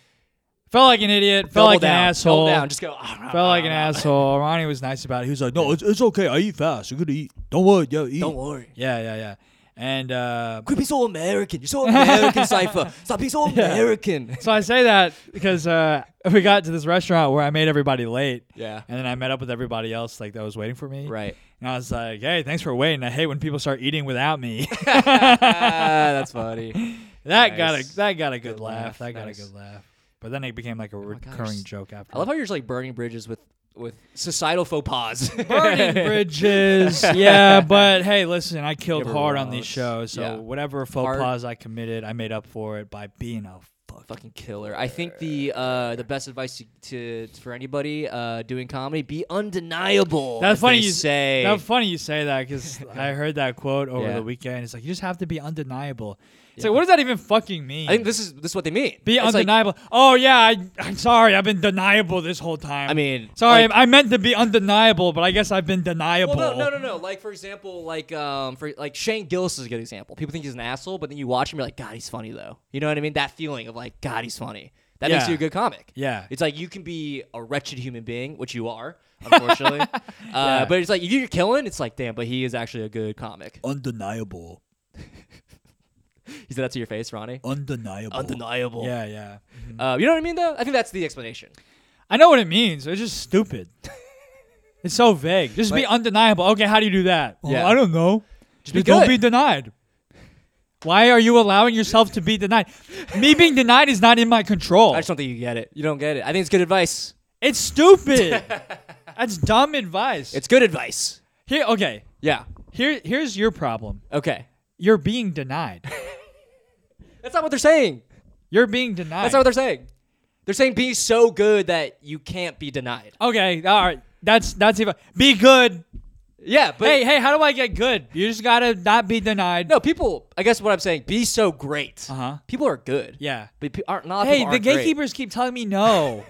[SPEAKER 3] Felt like an idiot. Felt
[SPEAKER 2] Double
[SPEAKER 3] like
[SPEAKER 2] down.
[SPEAKER 3] an asshole.
[SPEAKER 2] Double down. Just go. "Ah, rah,
[SPEAKER 3] Felt like
[SPEAKER 2] rah,
[SPEAKER 3] an
[SPEAKER 2] rah."
[SPEAKER 3] asshole. Ronnie was nice about it. He
[SPEAKER 1] He's
[SPEAKER 3] was
[SPEAKER 1] like, no, it's, it's okay. I eat fast. You're gonna eat. Don't worry. Yeah, eat.
[SPEAKER 2] Don't worry.
[SPEAKER 3] yeah, yeah, yeah. And uh,
[SPEAKER 2] Quit being so American. You're so
[SPEAKER 3] (laughs)
[SPEAKER 2] American, Cypher. Stop being so American.
[SPEAKER 3] so I say that because uh, we got to this restaurant where I made everybody late.
[SPEAKER 2] Yeah.
[SPEAKER 3] And then I met up with everybody else like that was waiting for me. (laughs)
[SPEAKER 2] Right.
[SPEAKER 3] And I was like, hey, thanks for waiting. I hate when people start eating without me. (laughs)
[SPEAKER 2] Ah, that's funny.
[SPEAKER 3] that got
[SPEAKER 2] Nice.
[SPEAKER 3] a that got a good,
[SPEAKER 2] Good laugh.
[SPEAKER 3] laugh. That got
[SPEAKER 2] Nice. Oh
[SPEAKER 3] a good laugh. But then it became like a
[SPEAKER 2] gosh.
[SPEAKER 3] recurring joke after.
[SPEAKER 2] I love how you're just like burning bridges with with societal faux pas. (laughs)
[SPEAKER 3] burning bridges. Yeah, but hey, listen, I killed
[SPEAKER 2] Yeah, but
[SPEAKER 3] hard
[SPEAKER 2] wow,
[SPEAKER 3] on these
[SPEAKER 2] it's-
[SPEAKER 3] shows, so
[SPEAKER 2] yeah.
[SPEAKER 3] whatever faux
[SPEAKER 2] Hard-
[SPEAKER 3] pas I committed, I made up for it by being a fuck.
[SPEAKER 2] Fucking killer. I think the uh, the best advice to, to for anybody uh, doing comedy be undeniable.
[SPEAKER 3] That's
[SPEAKER 2] as
[SPEAKER 3] funny
[SPEAKER 2] they
[SPEAKER 3] you
[SPEAKER 2] say.
[SPEAKER 3] That's funny you say
[SPEAKER 2] (laughs)
[SPEAKER 3] that because I heard that quote over
[SPEAKER 2] Yeah.
[SPEAKER 3] the weekend. It's like you just have to be undeniable. It's like what does that even fucking mean?
[SPEAKER 2] I think this is this is what they mean.
[SPEAKER 3] be
[SPEAKER 2] It's like-
[SPEAKER 3] undeniable. oh yeah, I, I'm sorry. I've been deniable this whole time.
[SPEAKER 2] I mean,
[SPEAKER 3] sorry,
[SPEAKER 2] like-
[SPEAKER 3] I meant to be undeniable, but I guess I've been deniable.
[SPEAKER 2] well, no, no, no, no. Like for example, like um, for like Shane Gillis is a good example. People think he's an asshole, but then you watch him, you're like, God, he's funny though. You know what I mean? That feeling of like, God, he's funny. That makes
[SPEAKER 3] Yeah.
[SPEAKER 2] you a good comic.
[SPEAKER 3] Yeah.
[SPEAKER 2] It's like you can be a wretched human being, which you are,
[SPEAKER 3] (laughs)
[SPEAKER 2] unfortunately. uh, But it's like if you're killing, it's like damn. But he is actually a good comic.
[SPEAKER 1] Undeniable.
[SPEAKER 2] He said that to your face, Ronnie.
[SPEAKER 1] Undeniable.
[SPEAKER 2] Undeniable.
[SPEAKER 3] Yeah, yeah.
[SPEAKER 2] Uh, you know what I mean, though. I think that's the explanation.
[SPEAKER 3] I know what it means. It's just (laughs) stupid. it's so vague. Just be undeniable. Okay, how do you do that? Well,
[SPEAKER 2] Yeah.
[SPEAKER 3] I don't know.
[SPEAKER 2] Just be
[SPEAKER 3] Just don't
[SPEAKER 2] good.
[SPEAKER 3] be denied. Why are you allowing yourself to be denied? Me being denied is not in my control.
[SPEAKER 2] I just don't think you get it. You don't get it. I think it's good advice.
[SPEAKER 3] It's
[SPEAKER 2] (laughs)
[SPEAKER 3] stupid. That's dumb advice.
[SPEAKER 2] It's good advice.
[SPEAKER 3] Here, okay.
[SPEAKER 2] Yeah.
[SPEAKER 3] Here, here's your problem.
[SPEAKER 2] Okay.
[SPEAKER 3] You're being denied.
[SPEAKER 2] That's not what they're saying.
[SPEAKER 3] You're being denied.
[SPEAKER 2] That's not what they're saying. They're saying be so good that you can't be denied.
[SPEAKER 3] okay, all right. That's that's even. Be good.
[SPEAKER 2] Yeah, but
[SPEAKER 3] hey, hey, how do I get good? You just gotta not be denied.
[SPEAKER 2] no, people. I guess what I'm saying, be so great.
[SPEAKER 3] Uh-huh.
[SPEAKER 2] People are good.
[SPEAKER 3] Yeah.
[SPEAKER 2] but pe- aren't not.
[SPEAKER 3] Hey, the gatekeepers keep telling
[SPEAKER 2] (laughs)
[SPEAKER 3] me no.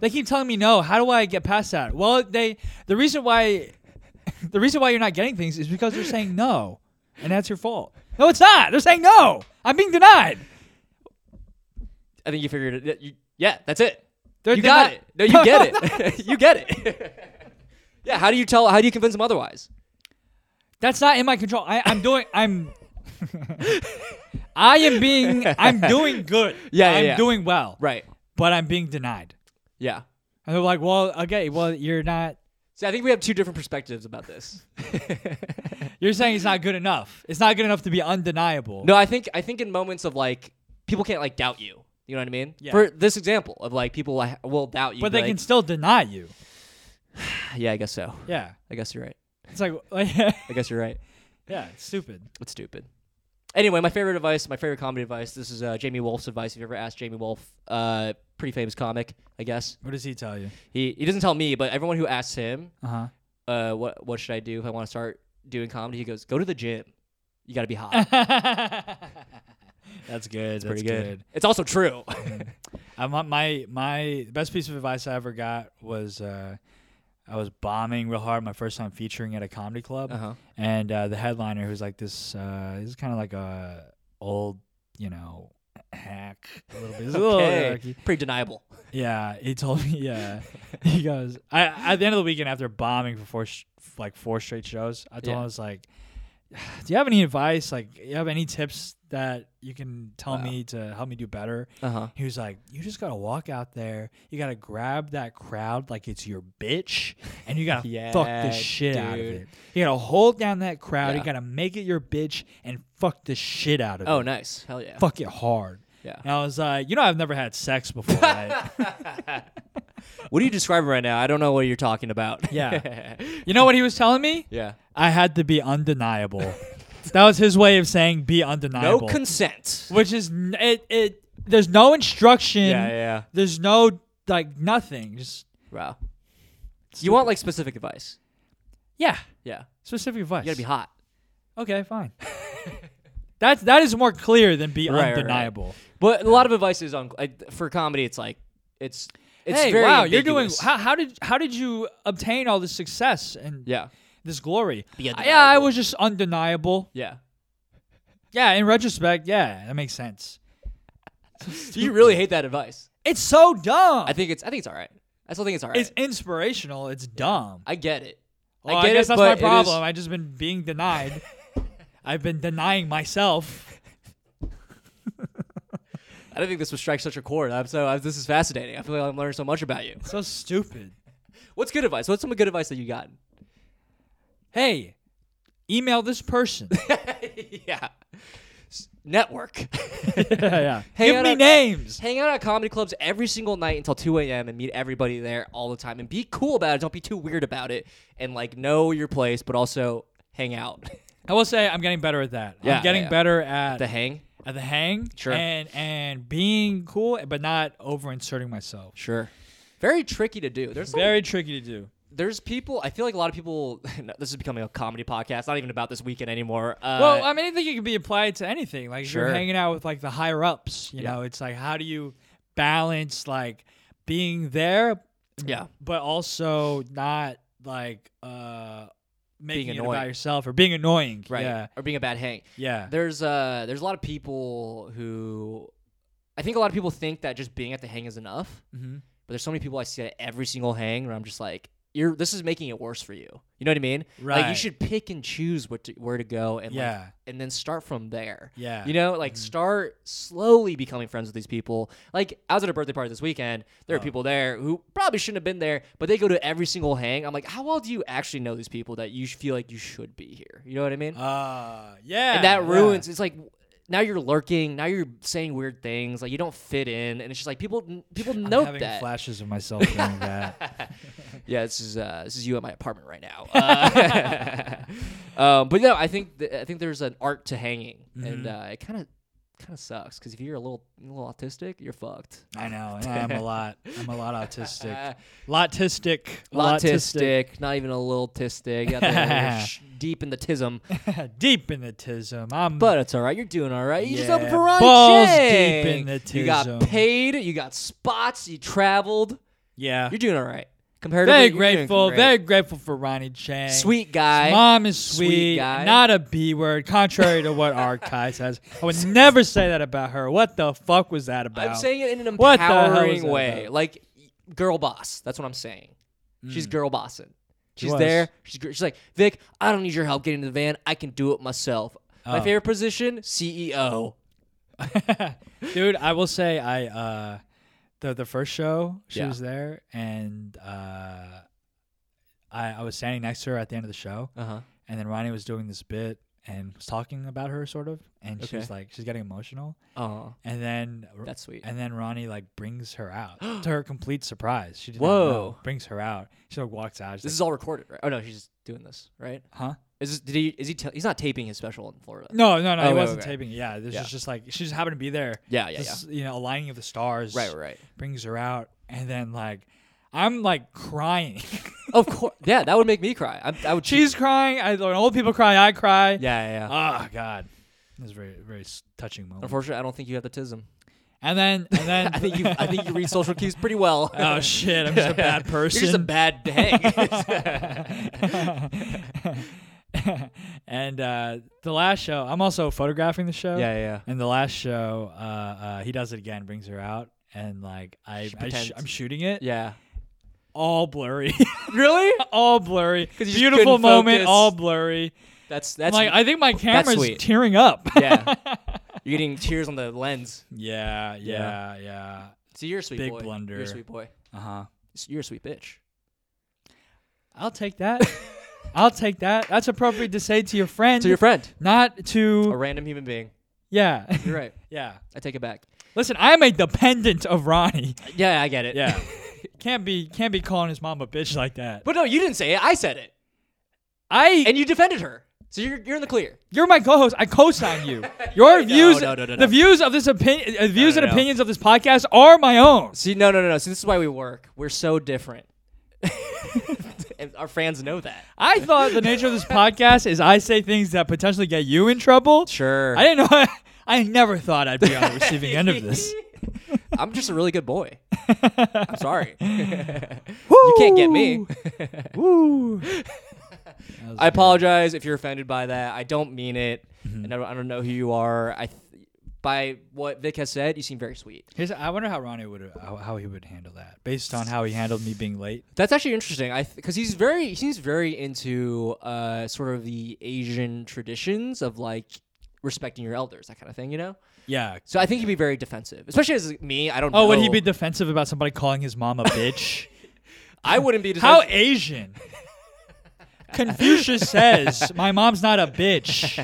[SPEAKER 3] they keep telling me no. How do I get past that? Well, they the reason why (laughs) the reason why you're not getting things is because they're saying no, and that's your fault. No, it's not. They're saying no. I'm being denied.
[SPEAKER 2] I think you figured it. that you- yeah, that's it.
[SPEAKER 3] They're
[SPEAKER 2] you got
[SPEAKER 3] deni-
[SPEAKER 2] it. No, you get it. (laughs) you get it. (laughs) yeah. How do you tell? How do you convince them otherwise?
[SPEAKER 3] (laughs) That's not in my control. I, I'm doing. I'm. (laughs) I am being. I'm doing good.
[SPEAKER 2] (laughs) Yeah, yeah,
[SPEAKER 3] I'm
[SPEAKER 2] yeah.
[SPEAKER 3] doing well.
[SPEAKER 2] Right.
[SPEAKER 3] But I'm being denied.
[SPEAKER 2] Yeah.
[SPEAKER 3] And they're like, well, okay, well, you're not.
[SPEAKER 2] See, I think we have two different perspectives about
[SPEAKER 3] (laughs)
[SPEAKER 2] this.
[SPEAKER 3] You're saying it's not good enough. It's not good enough to be undeniable.
[SPEAKER 2] No, I think I think in moments of like people can't like doubt you. You know what I mean?
[SPEAKER 3] Yeah.
[SPEAKER 2] For this example of like people like, will doubt you,
[SPEAKER 3] but
[SPEAKER 2] be
[SPEAKER 3] they can
[SPEAKER 2] like,
[SPEAKER 3] still deny you.
[SPEAKER 2] Yeah, I guess so.
[SPEAKER 3] Yeah.
[SPEAKER 2] I guess you're right.
[SPEAKER 3] It's like, (laughs) like
[SPEAKER 2] I guess you're right.
[SPEAKER 3] yeah, it's stupid.
[SPEAKER 2] It's stupid. Anyway, my favorite advice, my favorite comedy advice. This is uh, Jamie Wolf's advice. If you ever asked Jamie Wolf, uh, pretty famous comic, I guess.
[SPEAKER 3] What does he tell you?
[SPEAKER 2] He he doesn't tell me, but everyone who asks him,
[SPEAKER 3] Uh (laughs) huh.
[SPEAKER 2] uh, what what should I do if I want to start doing comedy, he goes, go to the gym. You got to be
[SPEAKER 3] (laughs)
[SPEAKER 2] hot.
[SPEAKER 3] That's good. That's,
[SPEAKER 2] pretty good. It's also
[SPEAKER 3] (laughs)
[SPEAKER 2] true.
[SPEAKER 3] I my- my my best piece of advice I ever got was uh, I was bombing real hard my first time featuring at a comedy club,
[SPEAKER 2] Uh-huh.
[SPEAKER 3] and uh, the headliner who's like this uh, this is kind of like a old you know hack a little (laughs) bit. He's a little
[SPEAKER 2] okay.
[SPEAKER 3] dorky.
[SPEAKER 2] Pretty deniable.
[SPEAKER 3] Yeah, he told me.
[SPEAKER 2] (laughs)
[SPEAKER 3] Yeah, he goes. I at the end of the weekend after bombing for four sh- like four straight shows, I told him
[SPEAKER 2] Yeah.
[SPEAKER 3] I was like, "Do you have any advice? Like, you have any tips that you can tell
[SPEAKER 2] Wow.
[SPEAKER 3] me to help me do better?"
[SPEAKER 2] Uh huh.
[SPEAKER 3] He was like, "You just gotta walk out there. You gotta grab that crowd like it's your bitch, and you gotta
[SPEAKER 2] (laughs)
[SPEAKER 3] fuck
[SPEAKER 2] Yeah,
[SPEAKER 3] the shit out of
[SPEAKER 2] dude.
[SPEAKER 3] it. You gotta hold down that crowd.
[SPEAKER 2] Yeah.
[SPEAKER 3] You gotta make it your bitch and fuck the shit out of it.
[SPEAKER 2] Oh, nice. Hell yeah.
[SPEAKER 3] fuck it hard."
[SPEAKER 2] Yeah.
[SPEAKER 3] And I was like, "You know, I've never had sex
[SPEAKER 2] (laughs)
[SPEAKER 3] before, right?"
[SPEAKER 2] What are you describing right now? I don't know what you're talking about.
[SPEAKER 3] Yeah. You know what he was telling me?
[SPEAKER 2] (laughs) yeah.
[SPEAKER 3] I had to be undeniable. that was his way of saying be
[SPEAKER 2] No
[SPEAKER 3] undeniable.
[SPEAKER 2] consent.
[SPEAKER 3] which is n- it, it there's no instruction.
[SPEAKER 2] Yeah, yeah.
[SPEAKER 3] There's no like nothing. Just
[SPEAKER 2] Wow. You want like specific advice?
[SPEAKER 3] yeah.
[SPEAKER 2] Yeah.
[SPEAKER 3] Specific advice.
[SPEAKER 2] You gotta be hot.
[SPEAKER 3] okay, fine. (laughs) That's that is more clear than be
[SPEAKER 2] Right, right, right.
[SPEAKER 3] undeniable.
[SPEAKER 2] But a lot of advice is on like, for comedy. It's like it's it's
[SPEAKER 3] hey,
[SPEAKER 2] very
[SPEAKER 3] wow, you're doing
[SPEAKER 2] ambiguous.
[SPEAKER 3] how, how did how did you obtain all this success and
[SPEAKER 2] yeah
[SPEAKER 3] this glory?
[SPEAKER 2] Be
[SPEAKER 3] yeah, I
[SPEAKER 2] undeniable.
[SPEAKER 3] was just undeniable.
[SPEAKER 2] yeah.
[SPEAKER 3] Yeah, in retrospect, yeah, that makes sense.
[SPEAKER 2] You really hate that advice.
[SPEAKER 3] It's so dumb.
[SPEAKER 2] I think it's I think it's all right. I still think it's all right.
[SPEAKER 3] It's inspirational. It's dumb.
[SPEAKER 2] I get it.
[SPEAKER 3] Well,
[SPEAKER 2] I get
[SPEAKER 3] guess
[SPEAKER 2] it,
[SPEAKER 3] that's
[SPEAKER 2] but
[SPEAKER 3] my
[SPEAKER 2] it is-
[SPEAKER 3] problem. I've just been
[SPEAKER 2] (laughs)
[SPEAKER 3] being denied. I've been denying myself.
[SPEAKER 2] I don't think this would strike such a chord. I'm so I, this is fascinating. I feel like I'm learning so much about you.
[SPEAKER 3] So stupid.
[SPEAKER 2] What's good advice? What's some good advice that you
[SPEAKER 3] (laughs)
[SPEAKER 2] got?
[SPEAKER 3] Hey, email
[SPEAKER 2] (laughs)
[SPEAKER 3] this person.
[SPEAKER 2] yeah. S- Network. (laughs)
[SPEAKER 3] yeah.
[SPEAKER 2] Hey, I
[SPEAKER 3] Give me
[SPEAKER 2] don't-
[SPEAKER 3] names.
[SPEAKER 2] Hang out at comedy clubs every single night until 2 a.m. and meet everybody there all the time and be cool about it. Don't be too weird about it and like know your place, but also hang out. (laughs)
[SPEAKER 3] I will say I'm getting better at that.
[SPEAKER 2] Yeah,
[SPEAKER 3] I'm getting
[SPEAKER 2] yeah.
[SPEAKER 3] better at
[SPEAKER 2] the hang?
[SPEAKER 3] at the hang
[SPEAKER 2] Sure.
[SPEAKER 3] and and being cool, but not over inserting myself.
[SPEAKER 2] Sure. Very tricky to do. There's Very-
[SPEAKER 3] Very tricky to do.
[SPEAKER 2] there's people. I feel like a lot of people. (laughs) no, this is becoming a comedy podcast. Not even about this weekend anymore. Uh,
[SPEAKER 3] Well, I mean, I think it can be applied to anything. Like if
[SPEAKER 2] Sure.
[SPEAKER 3] you're hanging out with like the higher ups, you
[SPEAKER 2] Yeah.
[SPEAKER 3] know, it's like how do you balance like being there,
[SPEAKER 2] yeah,
[SPEAKER 3] but also not like uh making it
[SPEAKER 2] annoying.
[SPEAKER 3] about yourself or being annoying.
[SPEAKER 2] right.
[SPEAKER 3] Yeah.
[SPEAKER 2] Or being a bad hang.
[SPEAKER 3] Yeah.
[SPEAKER 2] There's uh there's a lot of people who I think a lot of people think that just being at the hang is enough.
[SPEAKER 3] Mhm.
[SPEAKER 2] But there's so many people I see at every single hang where I'm just like, you're this is making it worse for you. You You know what I mean? Like you
[SPEAKER 3] Right.
[SPEAKER 2] should pick and choose what to, where to go and like,
[SPEAKER 3] Yeah.
[SPEAKER 2] and then start from there.
[SPEAKER 3] Yeah. Mm-hmm.
[SPEAKER 2] You know, like start slowly becoming friends with these people. Like I was at a birthday party this weekend. There
[SPEAKER 3] Oh.
[SPEAKER 2] were people there who probably shouldn't have been there, but they go to every single hang. I'm like, how well do you actually know these people that you sh- feel like you should be here? You know what I mean?
[SPEAKER 3] Uh, yeah.
[SPEAKER 2] and that
[SPEAKER 3] yeah.
[SPEAKER 2] ruins. It's like now you're lurking. Now you're saying weird things. Like you don't fit in, and it's just like people people
[SPEAKER 3] I'm
[SPEAKER 2] note
[SPEAKER 3] having
[SPEAKER 2] that.
[SPEAKER 3] flashes of myself doing that.
[SPEAKER 2] yeah, this is uh, this is you at my apartment right (laughs) now. Uh, (laughs) um, but no, I think th- I think there's an art to hanging,
[SPEAKER 3] Mm-hmm.
[SPEAKER 2] and uh, it kind of kind of sucks because if you're a little a little autistic, you're fucked. (laughs)
[SPEAKER 3] I know. and I'm a lot. I'm a lot autistic.
[SPEAKER 2] Uh,
[SPEAKER 3] Lotistic.
[SPEAKER 2] Autistic, not even a little tistic. Got
[SPEAKER 3] (laughs)
[SPEAKER 2] the- sh- deep in the tism,
[SPEAKER 3] Deep in the tism. I'm
[SPEAKER 2] but it's all right. You're doing all right. You just opened
[SPEAKER 3] Yeah,
[SPEAKER 2] for Ronnie
[SPEAKER 3] balls deep
[SPEAKER 2] Chang.
[SPEAKER 3] in the
[SPEAKER 2] You got
[SPEAKER 3] tism.
[SPEAKER 2] paid. You got spots. You traveled.
[SPEAKER 3] yeah.
[SPEAKER 2] You're doing all right. Comparatively,
[SPEAKER 3] Very
[SPEAKER 2] you're doing
[SPEAKER 3] grateful.
[SPEAKER 2] great.
[SPEAKER 3] Very grateful for Ronnie Chang.
[SPEAKER 2] sweet guy.
[SPEAKER 3] Mom is
[SPEAKER 2] Sweet
[SPEAKER 3] sweet.
[SPEAKER 2] guy.
[SPEAKER 3] Not a B word, contrary to what our Kai says. I (laughs) would never say that about her. What the fuck was that about?
[SPEAKER 2] I'm saying it in an
[SPEAKER 3] What the hell is
[SPEAKER 2] empowering
[SPEAKER 3] that
[SPEAKER 2] way,
[SPEAKER 3] about?
[SPEAKER 2] like girl boss. That's what I'm saying. She's girl bossing. She's
[SPEAKER 3] Mm. was.
[SPEAKER 2] there. She's gr- she's like Vic. I don't need your help getting to the van. I can do it myself. My
[SPEAKER 3] Oh.
[SPEAKER 2] favorite position, E CEO.
[SPEAKER 3] (laughs) Dude, I will say I uh the the first show she
[SPEAKER 2] Yeah.
[SPEAKER 3] was there and uh I I was standing next to her at the end of the show
[SPEAKER 2] Uh huh.
[SPEAKER 3] and then Ronnie was doing this bit and was talking about her sort of and
[SPEAKER 2] Okay.
[SPEAKER 3] she's like she's getting emotional
[SPEAKER 2] Oh,
[SPEAKER 3] and then
[SPEAKER 2] that's sweet.
[SPEAKER 3] and then Ronnie like brings her (gasps) out to her complete surprise. She did
[SPEAKER 2] Whoa.
[SPEAKER 3] brings her out. She like walks out. She's
[SPEAKER 2] This
[SPEAKER 3] like,
[SPEAKER 2] is all recorded, right? Oh no, she's doing this, right?
[SPEAKER 3] huh?
[SPEAKER 2] Is this, did he? Is he? Ta- he's not taping his special in Florida.
[SPEAKER 3] No, no, no.
[SPEAKER 2] Oh,
[SPEAKER 3] he
[SPEAKER 2] okay,
[SPEAKER 3] wasn't
[SPEAKER 2] okay.
[SPEAKER 3] taping. it. Yeah, this
[SPEAKER 2] Yeah.
[SPEAKER 3] is just like she just happened to be there.
[SPEAKER 2] Yeah, yeah,
[SPEAKER 3] This, You know, aligning of the stars.
[SPEAKER 2] Right, right, right.
[SPEAKER 3] Brings her out, and then like, I'm
[SPEAKER 2] (laughs)
[SPEAKER 3] like crying.
[SPEAKER 2] of course. Yeah, that would make me cry. I, I would.
[SPEAKER 3] She's crying. I, when old people cry, I cry.
[SPEAKER 2] Yeah, yeah. yeah.
[SPEAKER 3] Oh God, it was a very, very s- touching moment.
[SPEAKER 2] Unfortunately, I don't think you have the tism.
[SPEAKER 3] And then, and then,
[SPEAKER 2] (laughs) I think you. I think you read social cues pretty well. (laughs)
[SPEAKER 3] (laughs) oh shit, I'm just a bad person.
[SPEAKER 2] You're just a bad
[SPEAKER 3] (laughs)
[SPEAKER 2] dang. (laughs)
[SPEAKER 3] (laughs) and uh, the last show, I'm also photographing the show.
[SPEAKER 2] yeah.
[SPEAKER 3] And the last show, uh, uh, he does it again, brings her out, and like I, I
[SPEAKER 2] pretends.
[SPEAKER 3] sh- I'm shooting it,
[SPEAKER 2] Yeah.
[SPEAKER 3] all blurry, (laughs)
[SPEAKER 2] Really?
[SPEAKER 3] all blurry.
[SPEAKER 2] just
[SPEAKER 3] Beautiful
[SPEAKER 2] couldn't
[SPEAKER 3] moment,
[SPEAKER 2] focus.
[SPEAKER 3] all blurry.
[SPEAKER 2] That's that's
[SPEAKER 3] like I think my camera's
[SPEAKER 2] sweet.
[SPEAKER 3] tearing up. (laughs)
[SPEAKER 2] yeah. You're getting tears on the lens.
[SPEAKER 3] yeah, yeah, yeah.
[SPEAKER 2] So you're a sweet
[SPEAKER 3] Big
[SPEAKER 2] boy.
[SPEAKER 3] blunder.
[SPEAKER 2] You're a sweet boy.
[SPEAKER 3] Uh huh.
[SPEAKER 2] S- You're a sweet bitch.
[SPEAKER 3] I'll take that. (laughs) I'll take that. That's appropriate to say to your friend,
[SPEAKER 2] To your friend,
[SPEAKER 3] not
[SPEAKER 2] a
[SPEAKER 3] to
[SPEAKER 2] random human being.
[SPEAKER 3] yeah,
[SPEAKER 2] You're right.
[SPEAKER 3] (laughs) yeah.
[SPEAKER 2] I take it back.
[SPEAKER 3] Listen, I'm a dependent of Ronnie.
[SPEAKER 2] Yeah, I get it.
[SPEAKER 3] Yeah. (laughs) can't be can't be calling his mom a bitch like that.
[SPEAKER 2] But no, you didn't say it. I said it,
[SPEAKER 3] I
[SPEAKER 2] and you defended her. So you're you're in the clear.
[SPEAKER 3] you're my co-host. I
[SPEAKER 2] (laughs)
[SPEAKER 3] co-sign you. Your views,
[SPEAKER 2] no, no, no,
[SPEAKER 3] the
[SPEAKER 2] no.
[SPEAKER 3] views of this opinion, uh, views
[SPEAKER 2] no,
[SPEAKER 3] and
[SPEAKER 2] no.
[SPEAKER 3] opinions of this podcast are my own.
[SPEAKER 2] See, no, no, no, no. See, this is why we work. We're so different. (laughs) And Our fans know that.
[SPEAKER 3] I thought the
[SPEAKER 2] (laughs)
[SPEAKER 3] nature of this podcast is I say things that potentially get you in trouble.
[SPEAKER 2] Sure.
[SPEAKER 3] I didn't know. (laughs) I never thought I'd be on
[SPEAKER 2] (laughs)
[SPEAKER 3] the receiving end of this.
[SPEAKER 2] I'm just a really good boy.
[SPEAKER 3] (laughs)
[SPEAKER 2] I'm sorry. you can't get (laughs) me.
[SPEAKER 3] Woo.
[SPEAKER 2] I apologize if you're offended by that. I don't mean it,
[SPEAKER 3] Mm-hmm.
[SPEAKER 2] and I don't, I don't know who you are. I, th- by what Vic has said, you seem very sweet.
[SPEAKER 3] Here's, I wonder how Ronnie would uh, how, how he would handle that based on how he handled me being late.
[SPEAKER 2] That's actually interesting. I because he's very he seems very into uh sort of the Asian traditions of like respecting your elders, that kind of thing, you know.
[SPEAKER 3] Yeah.
[SPEAKER 2] So I think he'd be very defensive, especially as me. I don't.
[SPEAKER 3] Oh,
[SPEAKER 2] know.
[SPEAKER 3] would he be defensive about somebody calling his
[SPEAKER 2] (laughs)
[SPEAKER 3] mom a bitch?
[SPEAKER 2] I wouldn't be.
[SPEAKER 3] how
[SPEAKER 2] Defensive.
[SPEAKER 3] Asian? Confucius says, "My mom's not
[SPEAKER 2] (laughs)
[SPEAKER 3] a bitch."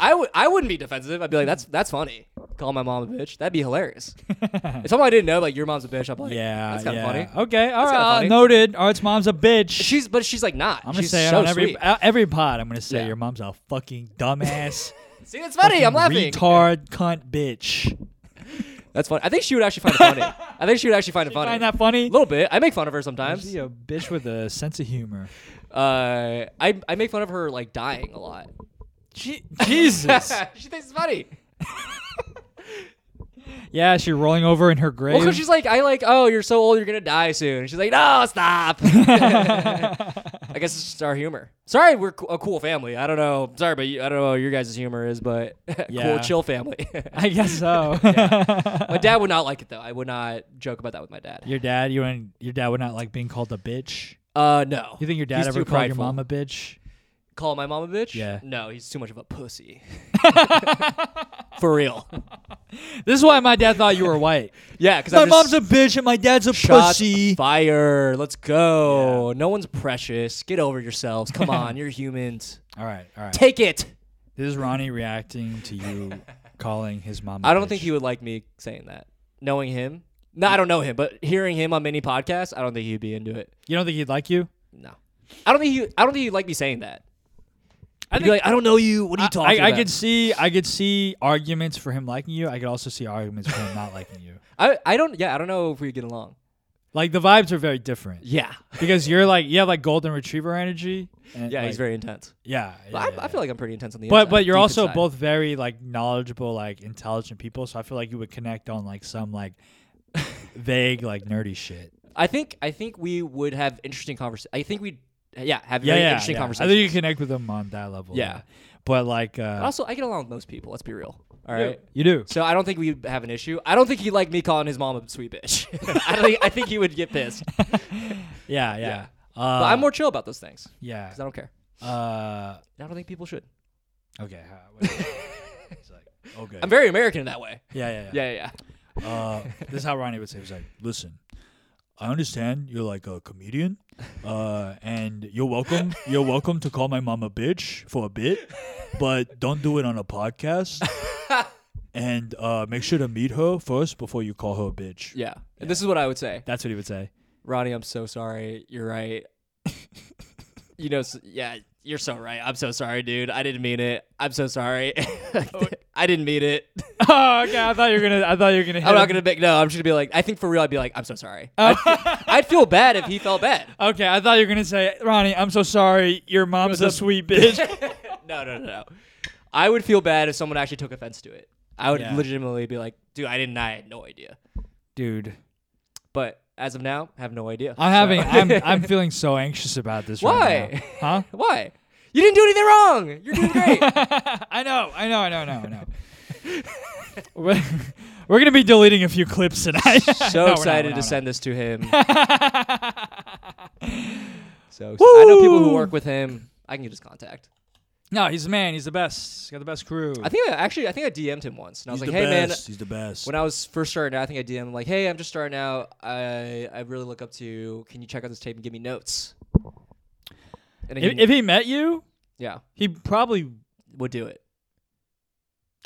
[SPEAKER 2] I would. I wouldn't be defensive. I'd be like, that's that's funny. Call my mom a bitch. That'd be hilarious. if someone I didn't know, like your mom's a bitch, I'm like,
[SPEAKER 3] (laughs) Yeah,
[SPEAKER 2] that's kind of
[SPEAKER 3] yeah.
[SPEAKER 2] funny.
[SPEAKER 3] Okay, all
[SPEAKER 2] kinda
[SPEAKER 3] right,
[SPEAKER 2] funny.
[SPEAKER 3] noted. Art's mom's a bitch.
[SPEAKER 2] She's but she's like not.
[SPEAKER 3] I'm gonna
[SPEAKER 2] she's
[SPEAKER 3] say it
[SPEAKER 2] so
[SPEAKER 3] on every
[SPEAKER 2] sweet.
[SPEAKER 3] uh, every pod. I'm gonna say
[SPEAKER 2] Yeah.
[SPEAKER 3] your mom's a fucking dumbass,
[SPEAKER 2] See, that's (laughs) funny. I'm laughing.
[SPEAKER 3] retard, cunt, bitch.
[SPEAKER 2] That's funny. I think she would actually find it funny. I think she would actually find it funny.
[SPEAKER 3] Find that funny?
[SPEAKER 2] a little bit. I make fun of her
[SPEAKER 3] I'm
[SPEAKER 2] sometimes. Uh,
[SPEAKER 3] a bitch with a sense of humor.
[SPEAKER 2] I I make fun of her like dying a lot.
[SPEAKER 3] Je-
[SPEAKER 2] (laughs)
[SPEAKER 3] Jesus.
[SPEAKER 2] she thinks it's funny.
[SPEAKER 3] yeah, she rolling over in her grave.
[SPEAKER 2] Well, 'cause she's like, I like, oh, you're so old, you're gonna die soon. And she's like, no, stop. (laughs) I guess it's just our humor. Sorry, we're co- a cool family. I don't know. Sorry, but you, I don't know what your guys' humor is, but (laughs) cool,
[SPEAKER 3] Yeah.
[SPEAKER 2] chill family. (laughs)
[SPEAKER 3] I guess so. (laughs)
[SPEAKER 2] my dad would not like it though. I would not joke about that with my dad.
[SPEAKER 3] Your dad, you and your dad would not like being called a bitch.
[SPEAKER 2] Uh, no.
[SPEAKER 3] You think your dad
[SPEAKER 2] He's
[SPEAKER 3] ever
[SPEAKER 2] too
[SPEAKER 3] called
[SPEAKER 2] prideful.
[SPEAKER 3] your mom a bitch?
[SPEAKER 2] Call my mom a bitch?
[SPEAKER 3] Yeah.
[SPEAKER 2] No, he's too much of a
[SPEAKER 3] (laughs)
[SPEAKER 2] pussy. For real.
[SPEAKER 3] This is why my dad thought you
[SPEAKER 2] (laughs)
[SPEAKER 3] were white.
[SPEAKER 2] Yeah, because
[SPEAKER 1] My mom's a bitch and my dad's a pussy.
[SPEAKER 2] Fire. Let's go. No one's precious. Get over yourselves.
[SPEAKER 3] (laughs)
[SPEAKER 2] Come on, you're humans.
[SPEAKER 3] All right, all right.
[SPEAKER 2] Take it.
[SPEAKER 3] This is Ronnie reacting to (laughs) you calling his mom. I
[SPEAKER 2] I don't think he would like me saying that. Knowing him. No, I don't know him, but hearing him on many podcasts, I don't think he'd be into it.
[SPEAKER 3] You don't think he'd like you?
[SPEAKER 2] No. I don't think he I don't think he'd like me saying that.
[SPEAKER 3] I
[SPEAKER 2] I'd be like, I don't know you. What are you talking
[SPEAKER 3] I, I
[SPEAKER 2] about?
[SPEAKER 3] could see, I could see arguments for him liking you. I could also see arguments for
[SPEAKER 2] (laughs)
[SPEAKER 3] him not liking you.
[SPEAKER 2] I, I don't yeah, I don't know if we get along.
[SPEAKER 3] Like the vibes are very different
[SPEAKER 2] Yeah.
[SPEAKER 3] because you're like you have like golden retriever energy. and,
[SPEAKER 2] Yeah,
[SPEAKER 3] like,
[SPEAKER 2] he's very intense.
[SPEAKER 3] yeah. yeah,
[SPEAKER 2] I,
[SPEAKER 3] yeah,
[SPEAKER 2] I feel like I'm pretty intense on the
[SPEAKER 3] but
[SPEAKER 2] inside,
[SPEAKER 3] but you're
[SPEAKER 2] deep
[SPEAKER 3] also
[SPEAKER 2] inside.
[SPEAKER 3] both very like knowledgeable, like intelligent people. So I feel like you would connect on like
[SPEAKER 2] (laughs)
[SPEAKER 3] some like vague like nerdy shit.
[SPEAKER 2] I think I think we would have interesting conversations. I think we'd yeah have
[SPEAKER 3] Yeah,
[SPEAKER 2] very
[SPEAKER 3] yeah,
[SPEAKER 2] interesting
[SPEAKER 3] yeah. I
[SPEAKER 2] conversations.
[SPEAKER 3] think you connect with them on that level.
[SPEAKER 2] Yeah.
[SPEAKER 3] But like, uh,
[SPEAKER 2] But also, I get along with most people. Let's be real. All
[SPEAKER 3] you-
[SPEAKER 2] right.
[SPEAKER 3] you do.
[SPEAKER 2] So I don't think we have an issue. I don't think he liked me calling his mom a sweet bitch. (laughs) I don't think, I think he would get pissed.
[SPEAKER 3] Yeah, yeah.
[SPEAKER 2] Yeah.
[SPEAKER 3] Uh,
[SPEAKER 2] But I'm more chill about those things
[SPEAKER 3] Yeah.
[SPEAKER 2] because I don't care.
[SPEAKER 3] Uh,
[SPEAKER 2] And I don't think people should.
[SPEAKER 3] okay. uh, wait. (laughs) He's like, okay.
[SPEAKER 2] I'm very American in that way.
[SPEAKER 3] yeah, yeah, yeah.
[SPEAKER 2] Yeah, yeah.
[SPEAKER 3] Uh, this is how Ronnie would say. He's like, listen, I understand you're like a comedian, uh, and you're welcome. You're welcome to call my mom a bitch for a bit, but don't do it on a podcast. And uh, make sure to meet her first before you call her a bitch.
[SPEAKER 2] yeah. Yeah. And this is what I would say.
[SPEAKER 3] That's what he would say.
[SPEAKER 2] Ronnie, I'm so sorry. You're right. (laughs) you know, s yeah, you're so right. I'm so sorry, dude. I didn't mean it. I'm so sorry. (laughs) I didn't mean it.
[SPEAKER 3] (laughs) oh, okay. I thought you were gonna. I thought you were gonna. Hit
[SPEAKER 2] I'm not gonna make. No, I'm just gonna be like. I think for real, I'd be like, I'm so sorry. I'd, I'd feel bad if he felt bad.
[SPEAKER 3] Okay, I thought you were gonna say, Ronnie. I'm so sorry. Your mom's a sweet bitch.
[SPEAKER 1] (laughs)
[SPEAKER 2] No, no, no, no. I would feel bad if someone actually took offense to it. I would
[SPEAKER 3] Yeah.
[SPEAKER 2] legitimately be like, dude, I didn't. I had no idea.
[SPEAKER 3] Dude,
[SPEAKER 2] But as of now, I have no idea.
[SPEAKER 3] I'm having. I'm. I'm feeling so anxious about this. right
[SPEAKER 2] Why?
[SPEAKER 3] now. huh?
[SPEAKER 2] (laughs) Why? You didn't do anything wrong. You're
[SPEAKER 3] (laughs)
[SPEAKER 2] doing (laughs) great.
[SPEAKER 3] I know, I know, I know, I know, I know. we're, we're gonna be deleting a few clips tonight.
[SPEAKER 2] so
[SPEAKER 3] (laughs) No, we're not,
[SPEAKER 2] excited
[SPEAKER 3] we're
[SPEAKER 2] to
[SPEAKER 3] not,
[SPEAKER 2] send this to
[SPEAKER 3] (laughs)
[SPEAKER 2] him. so excited.
[SPEAKER 3] Woo!
[SPEAKER 2] I know people who work with him. I can just contact.
[SPEAKER 3] we're not. (laughs) No, he's the man. He's the best. He's got the best crew.
[SPEAKER 2] I think I actually I think I DM'd him once, and I was
[SPEAKER 1] He's
[SPEAKER 2] like,
[SPEAKER 1] the
[SPEAKER 2] "Hey man,
[SPEAKER 1] best. He's the best.
[SPEAKER 2] when I was first starting out, I think I DM'd him like, "Hey, I'm just starting out. I I really look up to you. Can you check out this tape and give me notes?" And then
[SPEAKER 3] if,
[SPEAKER 2] he-
[SPEAKER 3] if he met you,
[SPEAKER 2] yeah,
[SPEAKER 3] he probably.
[SPEAKER 2] would do it.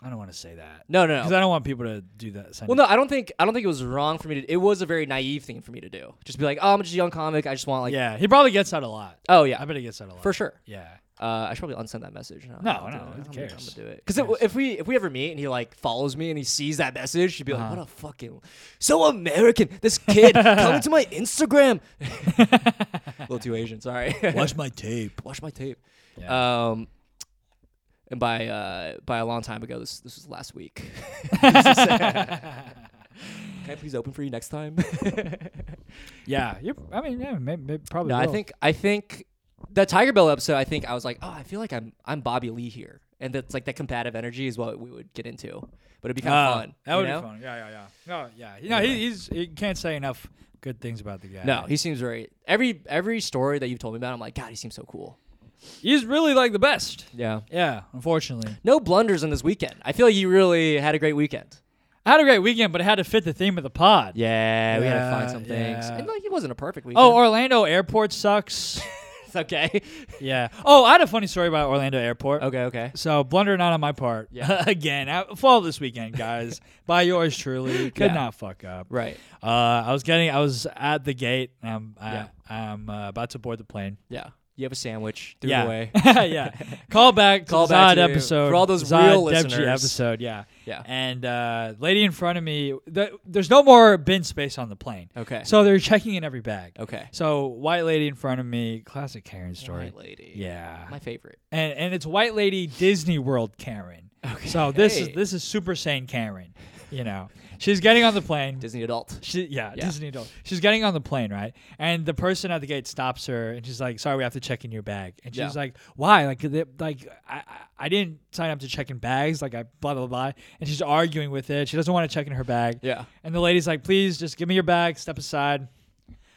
[SPEAKER 3] I don't want to say that
[SPEAKER 2] No, no,
[SPEAKER 3] because
[SPEAKER 2] no.
[SPEAKER 3] I don't want people to do that. send
[SPEAKER 2] Well, no, I don't think I don't think it was wrong for me to. It was a very naive thing for me to do. Just be like, "Oh, I'm just a young comic. I just want like,
[SPEAKER 3] yeah, he probably gets that a lot.
[SPEAKER 2] oh
[SPEAKER 3] I
[SPEAKER 2] yeah,
[SPEAKER 3] bet he gets that a lot.
[SPEAKER 2] for sure."
[SPEAKER 3] Yeah.
[SPEAKER 2] Uh, I should probably unsend that message. No,
[SPEAKER 3] No,
[SPEAKER 2] I don't do it.
[SPEAKER 3] no, who
[SPEAKER 2] I don't think I'm
[SPEAKER 3] cares?
[SPEAKER 2] gonna do it because if we if we ever meet and he like follows me and he sees that message, he'd be
[SPEAKER 3] Uh-huh.
[SPEAKER 2] like, "What a fucking so American! This
[SPEAKER 3] (laughs)
[SPEAKER 2] kid coming to my Instagram." a little too Asian, (laughs) sorry.
[SPEAKER 1] Watch my tape.
[SPEAKER 2] Watch my tape.
[SPEAKER 3] Yeah.
[SPEAKER 2] Um, and by uh by a long time ago, this this was last week. (laughs) This is- Can I please open for you next
[SPEAKER 3] (laughs)
[SPEAKER 2] time?
[SPEAKER 3] yeah. You're, I mean, yeah, maybe, probably.
[SPEAKER 2] no, I
[SPEAKER 3] will.
[SPEAKER 2] think I think that Tiger Bell episode. I think I was like, oh, I feel like I'm I'm Bobby Lee here, and that's like that combative energy is what we would get into. But it'd be kind of
[SPEAKER 3] Ah,
[SPEAKER 2] fun.
[SPEAKER 3] That
[SPEAKER 2] you
[SPEAKER 3] would
[SPEAKER 2] know?
[SPEAKER 3] be fun. Yeah, yeah, yeah. No, yeah. No, he, he's he can't say enough good things about the guy.
[SPEAKER 2] No, he seems very every every story that you've told me about. I'm like, God, he seems so cool.
[SPEAKER 3] he's really like the best.
[SPEAKER 2] Yeah.
[SPEAKER 3] Yeah, unfortunately,
[SPEAKER 2] No blunders in this weekend. I feel like you really had a great weekend.
[SPEAKER 3] I had a great weekend, but it had to fit the theme of the pod.
[SPEAKER 2] Yeah, we had to
[SPEAKER 3] Yeah,
[SPEAKER 2] find some things.
[SPEAKER 3] yeah.
[SPEAKER 2] And like, it wasn't a perfect weekend.
[SPEAKER 3] Oh, Orlando
[SPEAKER 2] (laughs)
[SPEAKER 3] Airport sucks.
[SPEAKER 2] it's okay.
[SPEAKER 3] yeah. Oh, I had a funny story about Orlando Airport.
[SPEAKER 2] okay, okay.
[SPEAKER 3] So blunder not on my part.
[SPEAKER 2] Yeah.
[SPEAKER 3] (laughs) Again, I, fall this
[SPEAKER 2] (laughs)
[SPEAKER 3] weekend, guys. By yours truly. Could
[SPEAKER 2] Yeah.
[SPEAKER 3] not fuck up.
[SPEAKER 2] Right.
[SPEAKER 3] Uh, I was getting. I was at the gate. Um, I,
[SPEAKER 2] Yeah.
[SPEAKER 3] I'm uh, about to board the plane.
[SPEAKER 2] Yeah. You have a sandwich. Threw
[SPEAKER 3] yeah.
[SPEAKER 2] it (laughs) away.
[SPEAKER 3] (laughs) yeah. Call back to
[SPEAKER 2] Call
[SPEAKER 3] the
[SPEAKER 2] back
[SPEAKER 3] Zod
[SPEAKER 2] to-
[SPEAKER 3] episode.
[SPEAKER 2] for all those
[SPEAKER 3] Zod
[SPEAKER 2] real
[SPEAKER 3] Dev G
[SPEAKER 2] listeners.
[SPEAKER 3] episode, yeah.
[SPEAKER 2] Yeah.
[SPEAKER 3] And uh lady in front of me, th- there's no more bin space on the plane.
[SPEAKER 2] Okay.
[SPEAKER 3] So they're checking in every bag.
[SPEAKER 2] okay.
[SPEAKER 3] So white lady in front of me, classic Karen story.
[SPEAKER 2] White lady.
[SPEAKER 3] Yeah.
[SPEAKER 2] My favorite.
[SPEAKER 3] And and it's white lady Disney World Karen. Okay. So this is
[SPEAKER 2] Okay.
[SPEAKER 3] this is super sane Karen, you know. She's getting on the plane.
[SPEAKER 2] Disney adult.
[SPEAKER 3] She, yeah,
[SPEAKER 2] Yeah.
[SPEAKER 3] Disney adult. She's getting on the plane, right? And the person at the gate stops her, and she's like, "Sorry, we have to check in your bag." And she's
[SPEAKER 2] Yeah.
[SPEAKER 3] like, "Why? Like, they, like I, I- I didn't sign up to check in bags. Like, I blah blah blah." And she's arguing with it. She doesn't want to check in her bag.
[SPEAKER 2] Yeah.
[SPEAKER 3] And the lady's like, "Please, just give me your bag. Step aside."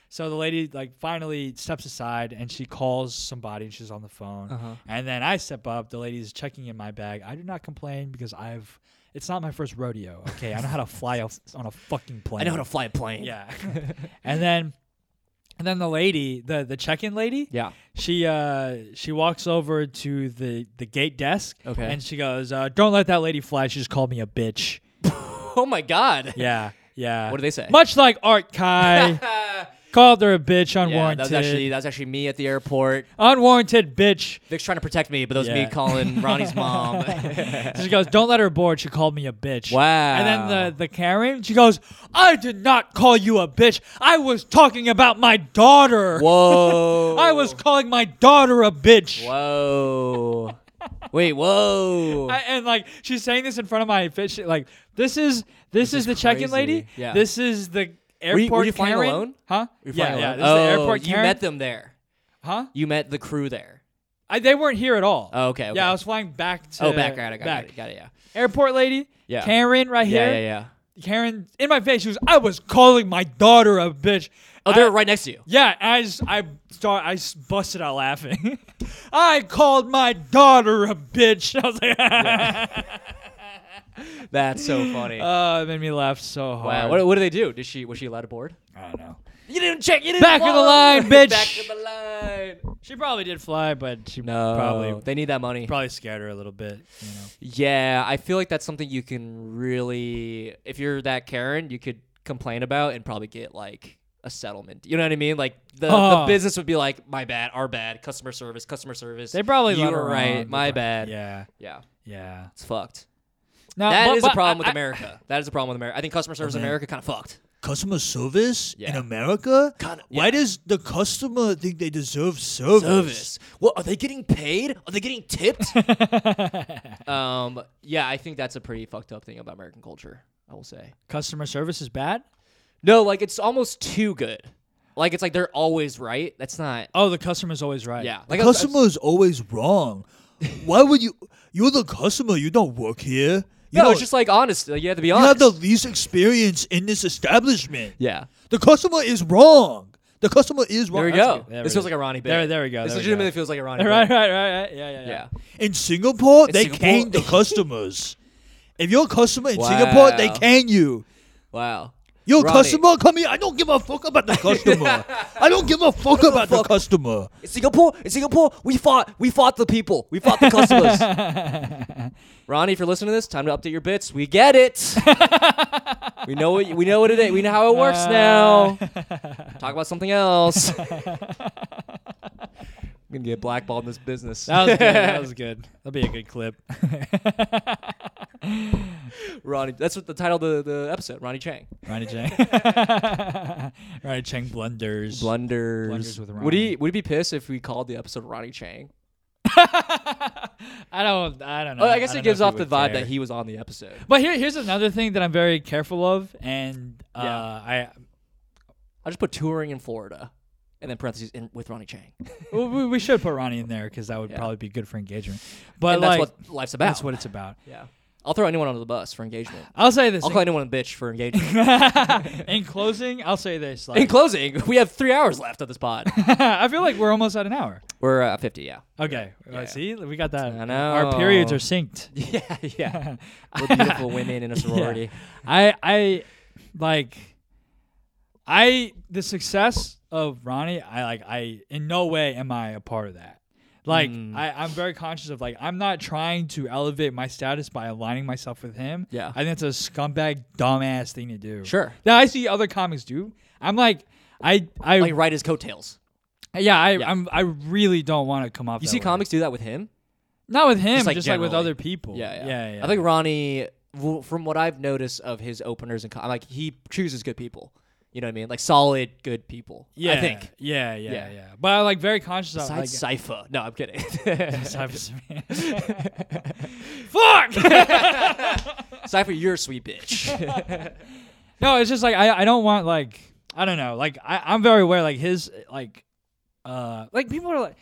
[SPEAKER 3] So the lady like finally steps aside and she calls somebody and she's on the phone.
[SPEAKER 2] Uh-huh.
[SPEAKER 3] And then I step up. The lady's checking in my bag. I do not complain because I've. It's not my first rodeo. Okay, I know how to fly off on a fucking plane.
[SPEAKER 2] I know how to fly a (laughs) plane.
[SPEAKER 3] Yeah. (laughs) and then, and then the lady, the the check-in lady,
[SPEAKER 2] Yeah.
[SPEAKER 3] she uh she walks over to the the gate desk.
[SPEAKER 2] Okay.
[SPEAKER 3] And she goes, uh, "Don't let that lady fly. She just called me
[SPEAKER 2] (laughs)
[SPEAKER 3] a bitch."
[SPEAKER 2] Oh my god.
[SPEAKER 3] Yeah. Yeah.
[SPEAKER 2] What do they say?
[SPEAKER 3] Much like Art
[SPEAKER 2] (laughs)
[SPEAKER 3] Kai called her a bitch
[SPEAKER 2] Yeah,
[SPEAKER 3] unwarranted.
[SPEAKER 2] that was actually that was actually me at the airport.
[SPEAKER 3] unwarranted
[SPEAKER 2] (laughs)
[SPEAKER 3] bitch.
[SPEAKER 2] Vic's trying to protect me, but that was
[SPEAKER 3] Yeah.
[SPEAKER 2] me calling
[SPEAKER 3] (laughs)
[SPEAKER 2] Ronnie's mom.
[SPEAKER 3] She goes, "Don't let her board." She called me a bitch.
[SPEAKER 2] Wow.
[SPEAKER 3] And then the the Karen, she goes, "I did not call you a bitch. I was talking about my daughter.
[SPEAKER 2] Whoa.
[SPEAKER 3] I was calling my daughter a bitch."
[SPEAKER 2] Whoa. Wait, whoa.
[SPEAKER 3] I, and like she's saying this in front of my fish. Like this is this, is,
[SPEAKER 2] is
[SPEAKER 3] the check-in lady.
[SPEAKER 2] crazy. Yeah.
[SPEAKER 3] This is the airport.
[SPEAKER 2] were you flying
[SPEAKER 3] Karen.
[SPEAKER 2] alone?
[SPEAKER 3] Huh?
[SPEAKER 2] You're
[SPEAKER 3] yeah,
[SPEAKER 2] flying
[SPEAKER 3] yeah.
[SPEAKER 2] alone?
[SPEAKER 3] This is the
[SPEAKER 2] Oh,
[SPEAKER 3] airport.
[SPEAKER 2] You
[SPEAKER 3] Karen.
[SPEAKER 2] met them there.
[SPEAKER 3] Huh?
[SPEAKER 2] You met the crew there.
[SPEAKER 3] I, they weren't here at all.
[SPEAKER 2] Oh, okay, okay.
[SPEAKER 3] Yeah, I was flying back to.
[SPEAKER 2] Oh, back, got it, got
[SPEAKER 3] back.
[SPEAKER 2] it, got it, yeah.
[SPEAKER 3] Airport lady.
[SPEAKER 2] Yeah.
[SPEAKER 3] Karen right
[SPEAKER 2] Yeah,
[SPEAKER 3] here.
[SPEAKER 2] yeah, yeah.
[SPEAKER 3] Karen in my face. She was. I was calling my daughter a bitch.
[SPEAKER 2] Oh,
[SPEAKER 3] I-
[SPEAKER 2] they're right next to you.
[SPEAKER 3] Yeah, I s- I start I s- busted out laughing. (laughs) I called my daughter a bitch. (laughs) I was like,
[SPEAKER 2] That's (laughs) so funny.
[SPEAKER 3] oh, it made me laugh so hard.
[SPEAKER 2] wow. Uh, What, what do they do? Did she was she allowed aboard?
[SPEAKER 3] I don't know.
[SPEAKER 2] You didn't check. You didn't
[SPEAKER 3] Back of the
[SPEAKER 2] fly.
[SPEAKER 3] line, bitch.
[SPEAKER 2] (laughs) Back of the line.
[SPEAKER 3] She probably did fly, but she
[SPEAKER 2] No,
[SPEAKER 3] probably
[SPEAKER 2] they need that money.
[SPEAKER 3] probably scared her a little bit. You know.
[SPEAKER 2] Yeah, I feel like that's something you can really, if you're that Karen, you could complain about and probably get like a settlement. You know what I mean? Like the,
[SPEAKER 3] Oh.
[SPEAKER 2] the business would be like, my bad, our bad, customer service, customer service.
[SPEAKER 3] They probably
[SPEAKER 2] you
[SPEAKER 3] let her
[SPEAKER 2] were
[SPEAKER 3] on,
[SPEAKER 2] right,
[SPEAKER 3] they
[SPEAKER 2] my
[SPEAKER 3] prob-
[SPEAKER 2] bad. Yeah,
[SPEAKER 3] Yeah,
[SPEAKER 2] yeah,
[SPEAKER 3] yeah.
[SPEAKER 2] it's fucked.
[SPEAKER 3] No,
[SPEAKER 2] That is
[SPEAKER 3] Uh, but-
[SPEAKER 2] a
[SPEAKER 3] but
[SPEAKER 2] problem
[SPEAKER 3] I-
[SPEAKER 2] with
[SPEAKER 3] I-
[SPEAKER 2] America. that is a problem with America. I think customer service in America kind of fucked.
[SPEAKER 1] Customer service in
[SPEAKER 2] Yeah.
[SPEAKER 1] America?
[SPEAKER 2] Kinda-
[SPEAKER 1] Why
[SPEAKER 2] yeah.
[SPEAKER 1] does the customer think they deserve service?
[SPEAKER 2] Service. What are they getting paid? Are they getting
[SPEAKER 3] (laughs)
[SPEAKER 2] tipped? um, yeah, I think that's a pretty fucked up thing about American culture. I will say.
[SPEAKER 3] Customer service is bad.
[SPEAKER 2] No, like it's almost too good. Like it's like they're always right. That's not.
[SPEAKER 3] Oh, the customer's always right.
[SPEAKER 2] Yeah.
[SPEAKER 1] The
[SPEAKER 2] Like I was- I was-
[SPEAKER 1] customer is always wrong. Why would you? You're the customer. You don't work here. You
[SPEAKER 2] no,
[SPEAKER 1] don't-
[SPEAKER 2] it's just like honest. Like, you have to be
[SPEAKER 1] you have
[SPEAKER 2] honest.
[SPEAKER 1] the least experience in this establishment.
[SPEAKER 2] yeah.
[SPEAKER 1] The customer is wrong. The customer is wrong.
[SPEAKER 2] There we
[SPEAKER 1] That's
[SPEAKER 2] go.
[SPEAKER 1] good.
[SPEAKER 3] Oh, There we
[SPEAKER 2] this feels
[SPEAKER 3] go.
[SPEAKER 2] like a Ronnie bit.
[SPEAKER 3] There- there we go,
[SPEAKER 2] This
[SPEAKER 3] there we
[SPEAKER 2] legitimately
[SPEAKER 3] go.
[SPEAKER 2] feels like a Ronnie
[SPEAKER 3] Right,
[SPEAKER 2] bit.
[SPEAKER 3] (laughs) right, right, right. Yeah, yeah, yeah.
[SPEAKER 2] Yeah.
[SPEAKER 1] In Singapore, they
[SPEAKER 2] Singapore-
[SPEAKER 1] cane
[SPEAKER 3] (laughs)
[SPEAKER 1] the customers. if you're a customer in
[SPEAKER 2] Wow.
[SPEAKER 1] Singapore, they cane you.
[SPEAKER 2] Wow.
[SPEAKER 1] You're a
[SPEAKER 2] Ronnie.
[SPEAKER 1] customer, come here. I don't give a fuck about the (laughs) customer. I don't give a fuck about the customer.
[SPEAKER 2] In Singapore, in Singapore, we fought. We fought the people. We fought the customers.
[SPEAKER 3] (laughs)
[SPEAKER 2] Ronnie, if you're listening to this, time to update your bits. We get it. we know what we know what it is. We know how it works
[SPEAKER 3] Uh, (laughs)
[SPEAKER 2] now. Talk about something else. I'm gonna get blackballed in this business.
[SPEAKER 3] That was good.
[SPEAKER 1] (laughs)
[SPEAKER 3] That was good. That'll be a good clip.
[SPEAKER 2] (laughs) Ronnie. That's what the title of the, the episode. Ronnie Chang.
[SPEAKER 3] Ronnie (laughs) Chang. Ronnie Chang blunders.
[SPEAKER 2] Blunders.
[SPEAKER 3] Blunders with
[SPEAKER 2] Would
[SPEAKER 3] Ronnie.
[SPEAKER 2] he would he be pissed if we called the episode Ronnie Chang?
[SPEAKER 3] I don't. Uh, I don't know.
[SPEAKER 2] Oh, I guess
[SPEAKER 3] don't
[SPEAKER 2] it
[SPEAKER 3] know
[SPEAKER 2] gives
[SPEAKER 3] if he
[SPEAKER 2] off the
[SPEAKER 3] would
[SPEAKER 2] vibe
[SPEAKER 3] care.
[SPEAKER 2] that he was on the episode.
[SPEAKER 3] But here, here's another thing that I'm very careful of, and uh,
[SPEAKER 2] Yeah.
[SPEAKER 3] I
[SPEAKER 2] I'll just put touring in Florida, and then parentheses in, with Ronnie Chang.
[SPEAKER 3] well, we, we should put Ronnie in there because that would probably be good for engagement. But
[SPEAKER 2] and
[SPEAKER 3] like,
[SPEAKER 2] that's what life's about.
[SPEAKER 3] that's what it's about.
[SPEAKER 2] yeah. I'll throw anyone under the bus for engagement.
[SPEAKER 3] I'll say this
[SPEAKER 2] I'll call anyone a bitch for
[SPEAKER 3] (laughs)
[SPEAKER 2] engagement.
[SPEAKER 3] in, in closing. I'll say this.
[SPEAKER 2] in
[SPEAKER 3] Like,
[SPEAKER 2] closing, we have three hours left of this pod.
[SPEAKER 3] (laughs) I feel like we're almost at an hour.
[SPEAKER 2] We're uh, fifty. Yeah.
[SPEAKER 3] Okay, uh,
[SPEAKER 2] Yeah.
[SPEAKER 3] see, we got that.
[SPEAKER 2] I
[SPEAKER 3] Our periods
[SPEAKER 2] know.
[SPEAKER 3] are synced.
[SPEAKER 2] (laughs) Yeah.
[SPEAKER 3] (laughs)
[SPEAKER 2] Yeah. We're beautiful women in a sorority.
[SPEAKER 3] I I like I the success of Ronnie, I like I in no way am I a part of that. Like
[SPEAKER 2] Mm.
[SPEAKER 3] I, I'm very conscious of like I'm not trying to elevate my status by aligning myself with him.
[SPEAKER 2] Yeah.
[SPEAKER 3] I think it's a scumbag dumbass thing to do.
[SPEAKER 2] Sure.
[SPEAKER 3] Now I see other comics do. I'm like I I
[SPEAKER 2] Like right his coattails.
[SPEAKER 3] yeah, I I'm I really don't want to come off.
[SPEAKER 2] You
[SPEAKER 3] that
[SPEAKER 2] see
[SPEAKER 3] way.
[SPEAKER 2] comics do that with him.
[SPEAKER 3] not with him,
[SPEAKER 2] Just,
[SPEAKER 3] just
[SPEAKER 2] like,
[SPEAKER 3] like, with
[SPEAKER 2] generally.
[SPEAKER 3] other people.
[SPEAKER 2] Yeah, yeah,
[SPEAKER 3] yeah. yeah.
[SPEAKER 2] I think Ronnie, w- from what I've noticed of his openers and co- like he chooses good people. You know what I mean? Like solid good people.
[SPEAKER 3] yeah,
[SPEAKER 2] I think.
[SPEAKER 3] yeah, yeah, yeah,
[SPEAKER 2] Yeah.
[SPEAKER 3] But I'm like very conscious of like
[SPEAKER 2] Besides (laughs) Cypher. No, I'm kidding.
[SPEAKER 3] (laughs) Cypress Man. Fuck! (laughs)
[SPEAKER 2] Cypher, you're a sweet bitch.
[SPEAKER 3] no, it's just like I, I don't want like I don't know like I I'm very aware like his like uh like people are like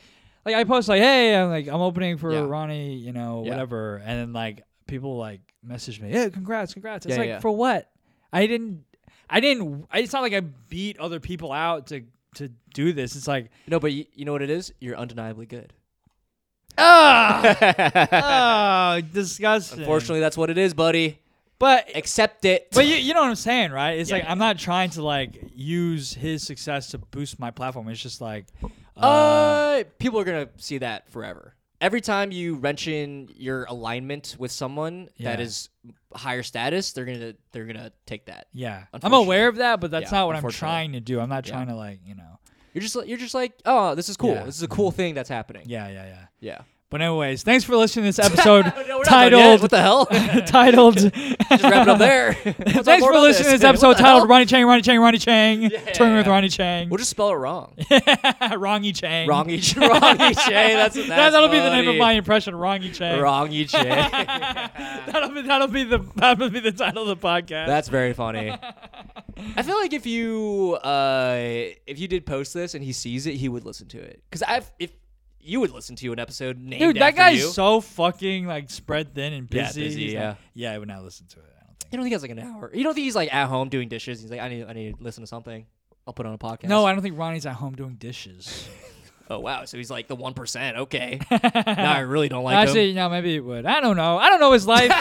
[SPEAKER 3] like I post like hey I'm like I'm opening for
[SPEAKER 2] Yeah.
[SPEAKER 3] Ronnie you know
[SPEAKER 2] Yeah.
[SPEAKER 3] whatever and then like people like message me yeah congrats congrats it's
[SPEAKER 2] Yeah,
[SPEAKER 3] like
[SPEAKER 2] yeah.
[SPEAKER 3] for what I didn't I didn't I- it's not like I beat other people out to to do this. It's like
[SPEAKER 2] No, but you, you know what it is? You're undeniably good.
[SPEAKER 3] ah,
[SPEAKER 2] (laughs)
[SPEAKER 3] oh, disgusting.
[SPEAKER 2] Unfortunately, that's what it is, buddy.
[SPEAKER 3] but
[SPEAKER 2] Accept it.
[SPEAKER 3] but you you know what I'm saying, right? It's
[SPEAKER 2] Yeah,
[SPEAKER 3] like
[SPEAKER 2] yeah.
[SPEAKER 3] I'm not trying to like use his success to boost my platform. It's just like uh,
[SPEAKER 2] Uh, people are gonna see that forever. Every time you mention your alignment with someone that
[SPEAKER 3] Yeah.
[SPEAKER 2] is higher status, they're gonna they're gonna take that.
[SPEAKER 3] yeah. I'm
[SPEAKER 2] unfortunately.
[SPEAKER 3] aware of that, but that's
[SPEAKER 2] Yeah,
[SPEAKER 3] not what I'm
[SPEAKER 2] unfortunately.
[SPEAKER 3] trying to do. I'm not
[SPEAKER 2] Yeah.
[SPEAKER 3] trying to like you know.
[SPEAKER 2] You're just li- you're just like, oh, this is cool.
[SPEAKER 3] Yeah.
[SPEAKER 2] This is a cool thing that's happening.
[SPEAKER 3] Yeah, yeah, yeah.
[SPEAKER 2] Yeah.
[SPEAKER 3] But anyways, thanks
[SPEAKER 2] (laughs)
[SPEAKER 3] for listening to this episode
[SPEAKER 2] No, we're not done yet.
[SPEAKER 3] titled
[SPEAKER 2] What the hell? (laughs) just
[SPEAKER 3] (laughs) titled. (laughs)
[SPEAKER 2] wrap it up (laughs) there. What's up
[SPEAKER 3] Thanks
[SPEAKER 2] more
[SPEAKER 3] for
[SPEAKER 2] about
[SPEAKER 3] listening to
[SPEAKER 2] (laughs)
[SPEAKER 3] this
[SPEAKER 2] What
[SPEAKER 3] episode
[SPEAKER 2] the hell?
[SPEAKER 3] titled Ronnie Chang, Ronnie Chang, Ronnie Chang, touring with
[SPEAKER 2] yeah.
[SPEAKER 3] Ronnie Chang,
[SPEAKER 2] We'll just spell it (laughs) wrong.
[SPEAKER 3] (laughs) Ronnie Chang.
[SPEAKER 2] Wrongy J. Wrongy J. That's, that's
[SPEAKER 3] (laughs) that, that'll be the name of
[SPEAKER 2] funny.
[SPEAKER 3] my impression, Ronnie Chang.
[SPEAKER 2] Wrongy (laughs) J.
[SPEAKER 3] (laughs) that'll be that'll be the that'll be the title of the podcast.
[SPEAKER 2] That's very funny. I feel like if you uh, if you did post this and he sees it, he would listen to it. Because I if you would listen to an episode named
[SPEAKER 3] Dude, that
[SPEAKER 2] after
[SPEAKER 3] guy's
[SPEAKER 2] you.
[SPEAKER 3] so fucking like spread thin and
[SPEAKER 2] Yeah,
[SPEAKER 3] busy.
[SPEAKER 2] busy,
[SPEAKER 3] He's like-
[SPEAKER 2] yeah.
[SPEAKER 3] yeah, I would not listen to it. I don't think.
[SPEAKER 2] You don't think it's like an hour? You don't think he's like at home doing dishes? He's like, I need I need to listen to something. I'll put on a podcast.
[SPEAKER 3] No, I don't think Ronnie's at home doing dishes.
[SPEAKER 2] oh wow, so he's like the one percent.
[SPEAKER 3] (laughs)
[SPEAKER 2] Okay. now I really don't like him.
[SPEAKER 3] Actually, no, maybe it would. I don't know. I don't know his (laughs) life.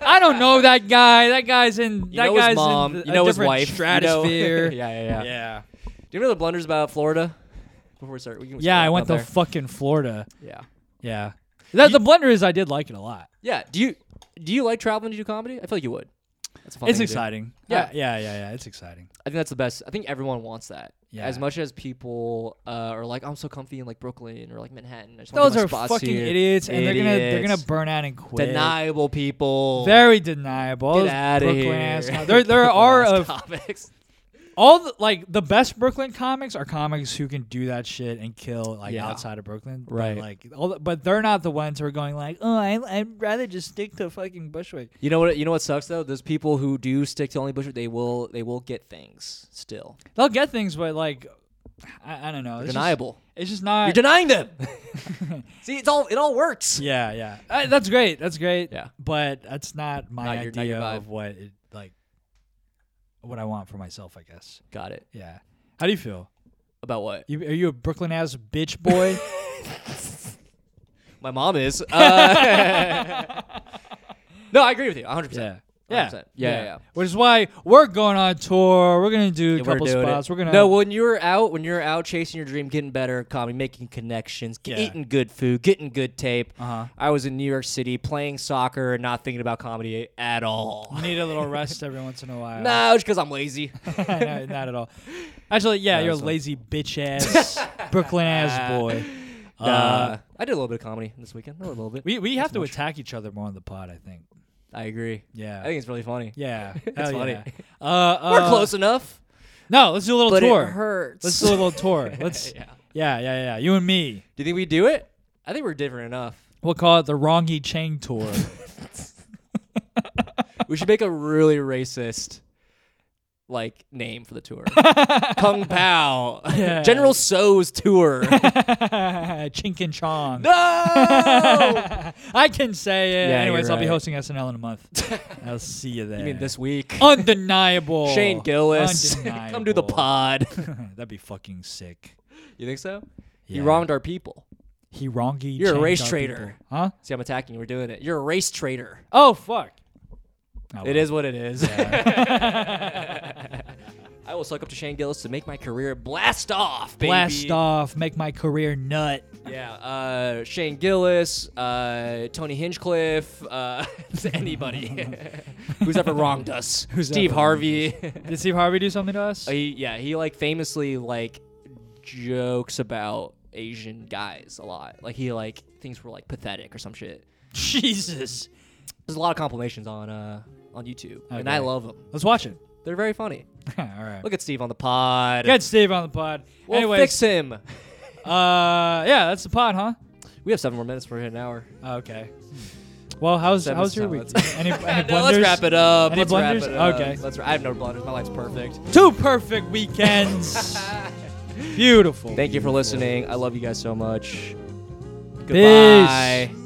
[SPEAKER 3] I don't know that guy. That guy's in.
[SPEAKER 2] You
[SPEAKER 3] that
[SPEAKER 2] know
[SPEAKER 3] guy's
[SPEAKER 2] his mom.
[SPEAKER 3] in th-
[SPEAKER 2] you
[SPEAKER 3] a
[SPEAKER 2] know (laughs) his
[SPEAKER 3] different
[SPEAKER 2] wife. You
[SPEAKER 3] Stratosphere.
[SPEAKER 2] know- yeah, yeah, yeah,
[SPEAKER 3] (laughs) yeah.
[SPEAKER 2] Do you know the blunders about Florida? Before we start, we can
[SPEAKER 3] Yeah,
[SPEAKER 2] start
[SPEAKER 3] I
[SPEAKER 2] up
[SPEAKER 3] went to
[SPEAKER 2] there.
[SPEAKER 3] fucking Florida.
[SPEAKER 2] yeah.
[SPEAKER 3] Yeah. That, the blunder is I did like it a lot.
[SPEAKER 2] Yeah. Do you do you like traveling to do comedy? I feel like you would. That's a fun
[SPEAKER 3] It's
[SPEAKER 2] thing to do.
[SPEAKER 3] exciting.
[SPEAKER 2] Yeah.
[SPEAKER 3] Uh, yeah, yeah, yeah. It's exciting.
[SPEAKER 2] I think that's the best. I think everyone wants that.
[SPEAKER 3] Yeah.
[SPEAKER 2] As much as people uh, are like, I'm so comfy in like Brooklyn or like Manhattan. I just wanna
[SPEAKER 3] Those
[SPEAKER 2] do my
[SPEAKER 3] are
[SPEAKER 2] spots
[SPEAKER 3] fucking
[SPEAKER 2] here.
[SPEAKER 3] idiots, and they're gonna they're gonna
[SPEAKER 2] Idiots.
[SPEAKER 3] burn out and quit.
[SPEAKER 2] deniable people.
[SPEAKER 3] Very deniable.
[SPEAKER 2] Get
[SPEAKER 3] Those
[SPEAKER 2] out of
[SPEAKER 3] Brooklyn
[SPEAKER 2] here. (laughs)
[SPEAKER 3] ass com- There, there are
[SPEAKER 2] Brooklyn-ass
[SPEAKER 3] of
[SPEAKER 2] comics.
[SPEAKER 3] all the, like the best Brooklyn comics are comics who can do that shit and kill like
[SPEAKER 2] Yeah.
[SPEAKER 3] outside of Brooklyn, But,
[SPEAKER 2] Right.
[SPEAKER 3] like, all the, but they're not the ones who are going like, oh, I, I'd rather just stick to fucking Bushwick.
[SPEAKER 2] You know what? You know what sucks though. Those people who do stick to only Bushwick, they will they will get things still.
[SPEAKER 3] They'll get things, but like, I, I don't know. It's just,
[SPEAKER 2] deniable.
[SPEAKER 3] it's just not.
[SPEAKER 2] You're denying them. (laughs) See, it's all it all works.
[SPEAKER 3] yeah, yeah. Uh, that's great. That's great.
[SPEAKER 2] Yeah.
[SPEAKER 3] but that's not my
[SPEAKER 2] Not your- not
[SPEAKER 3] idea
[SPEAKER 2] your vibe.
[SPEAKER 3] of what it like. What I want for myself, I guess.
[SPEAKER 2] Got it.
[SPEAKER 3] Yeah. How do you feel?
[SPEAKER 2] About what?
[SPEAKER 3] You, are you a Brooklyn ass bitch boy?
[SPEAKER 2] (laughs) My mom is. Uh, (laughs) no, I agree with you. 100%.
[SPEAKER 3] yeah.
[SPEAKER 2] 100%. Yeah, yeah, yeah.
[SPEAKER 3] Which is why we're going on tour. We're gonna do a couple
[SPEAKER 2] doing
[SPEAKER 3] spots.
[SPEAKER 2] it.
[SPEAKER 3] We're gonna
[SPEAKER 2] No, when you're out, when you're out chasing your dream, getting better at comedy, making connections, g-
[SPEAKER 3] Yeah.
[SPEAKER 2] eating good food, getting good tape.
[SPEAKER 3] Uh-huh.
[SPEAKER 2] I was in New York City playing soccer and not thinking about comedy at all.
[SPEAKER 3] (laughs)
[SPEAKER 2] (laughs)
[SPEAKER 3] need a little rest every once in a while.
[SPEAKER 2] no, it's because I'm lazy.
[SPEAKER 3] (laughs) No, not at all. Actually, yeah, you're a
[SPEAKER 2] that's fine.
[SPEAKER 3] lazy bitch ass
[SPEAKER 2] (laughs)
[SPEAKER 3] Brooklyn ass boy.
[SPEAKER 2] Nah.
[SPEAKER 3] Uh,
[SPEAKER 2] I did a little bit of comedy this weekend, a little bit.
[SPEAKER 3] we we have to attack each other more on the pod. I think.
[SPEAKER 2] I agree.
[SPEAKER 3] Yeah.
[SPEAKER 2] I think it's really funny.
[SPEAKER 3] yeah.
[SPEAKER 2] (laughs) It's
[SPEAKER 3] Hell
[SPEAKER 2] funny.
[SPEAKER 3] yeah. Uh, uh,
[SPEAKER 2] (laughs) We're close enough,
[SPEAKER 3] No, let's do a little
[SPEAKER 2] but
[SPEAKER 3] tour.
[SPEAKER 2] it hurts.
[SPEAKER 3] Let's do a little tour.
[SPEAKER 2] (laughs)
[SPEAKER 3] Let's.
[SPEAKER 2] Yeah.
[SPEAKER 3] yeah, yeah, yeah, You and me.
[SPEAKER 2] Do you think we do it? I think we're different enough.
[SPEAKER 3] We'll call it the Rongi
[SPEAKER 2] (laughs)
[SPEAKER 3] Chang tour. (laughs)
[SPEAKER 2] We should make a really racist like name for the
[SPEAKER 3] (laughs)
[SPEAKER 2] tour. Kung Pao.
[SPEAKER 3] Yeah.
[SPEAKER 2] General So's
[SPEAKER 3] (laughs)
[SPEAKER 2] tour.
[SPEAKER 3] Chink and (laughs) Chong.
[SPEAKER 2] no.
[SPEAKER 3] I can say it.
[SPEAKER 2] Yeah,
[SPEAKER 3] Anyways,
[SPEAKER 2] you're
[SPEAKER 3] I'll be
[SPEAKER 2] right.
[SPEAKER 3] hosting SNL in
[SPEAKER 2] (laughs)
[SPEAKER 3] a month. I'll see you there.
[SPEAKER 2] I mean this week. (laughs)
[SPEAKER 3] Undeniable.
[SPEAKER 2] Shane Gillis. (laughs)
[SPEAKER 3] Undeniable.
[SPEAKER 2] Come do the pod.
[SPEAKER 3] (laughs) That'd be fucking sick.
[SPEAKER 2] you think so? You
[SPEAKER 3] Yeah.
[SPEAKER 2] wronged our people.
[SPEAKER 3] He wrongy.
[SPEAKER 2] You're a
[SPEAKER 3] changed
[SPEAKER 2] race
[SPEAKER 3] our
[SPEAKER 2] traitor.
[SPEAKER 3] people. Huh?
[SPEAKER 2] See, I'm attacking you. We're doing it. You're a race traitor.
[SPEAKER 3] Oh, fuck. Oh,
[SPEAKER 2] It
[SPEAKER 3] well.
[SPEAKER 2] is what it is. (laughs) I will suck up to Shane Gillis to make my career blast off, baby.
[SPEAKER 3] Blast off. Make my
[SPEAKER 2] (laughs)
[SPEAKER 3] career nut.
[SPEAKER 2] Yeah, uh, Shane Gillis, uh, Tony Hinchcliffe, uh, (laughs)
[SPEAKER 3] (laughs)
[SPEAKER 2] anybody who's ever wronged us.
[SPEAKER 3] Who's
[SPEAKER 2] Steve
[SPEAKER 3] ever
[SPEAKER 2] Harvey.
[SPEAKER 3] Did Steve Harvey do something to us?
[SPEAKER 2] (laughs) he, Oh, yeah, he like famously like jokes about Asian guys a lot. Like he like things were like pathetic or some shit.
[SPEAKER 3] Jesus.
[SPEAKER 2] There's a lot of compilations on uh on YouTube, and
[SPEAKER 3] Okay.
[SPEAKER 2] I love them.
[SPEAKER 3] Let's watch it. (laughs)
[SPEAKER 2] They're very funny.
[SPEAKER 3] All right.
[SPEAKER 2] Look at Steve on the pod.
[SPEAKER 3] Get Steve on the pod.
[SPEAKER 2] We'll
[SPEAKER 3] Anyways,
[SPEAKER 2] fix him. (laughs)
[SPEAKER 3] uh, yeah, that's the pod, huh?
[SPEAKER 2] We have seven more minutes. We're at an hour.
[SPEAKER 3] Oh, okay. Well, how's
[SPEAKER 2] Seven
[SPEAKER 3] how's your week?
[SPEAKER 2] silence.
[SPEAKER 3] Any, any
[SPEAKER 2] (laughs) No, let's
[SPEAKER 3] blunders?
[SPEAKER 2] wrap it up.
[SPEAKER 3] Any
[SPEAKER 2] let's
[SPEAKER 3] blunders?
[SPEAKER 2] wrap it up.
[SPEAKER 3] Okay.
[SPEAKER 2] Let's. I have no blunders. My life's perfect.
[SPEAKER 3] Two perfect weekends. Beautiful.
[SPEAKER 2] Thank you for listening. I love you guys so much.
[SPEAKER 3] Peace.
[SPEAKER 2] Goodbye.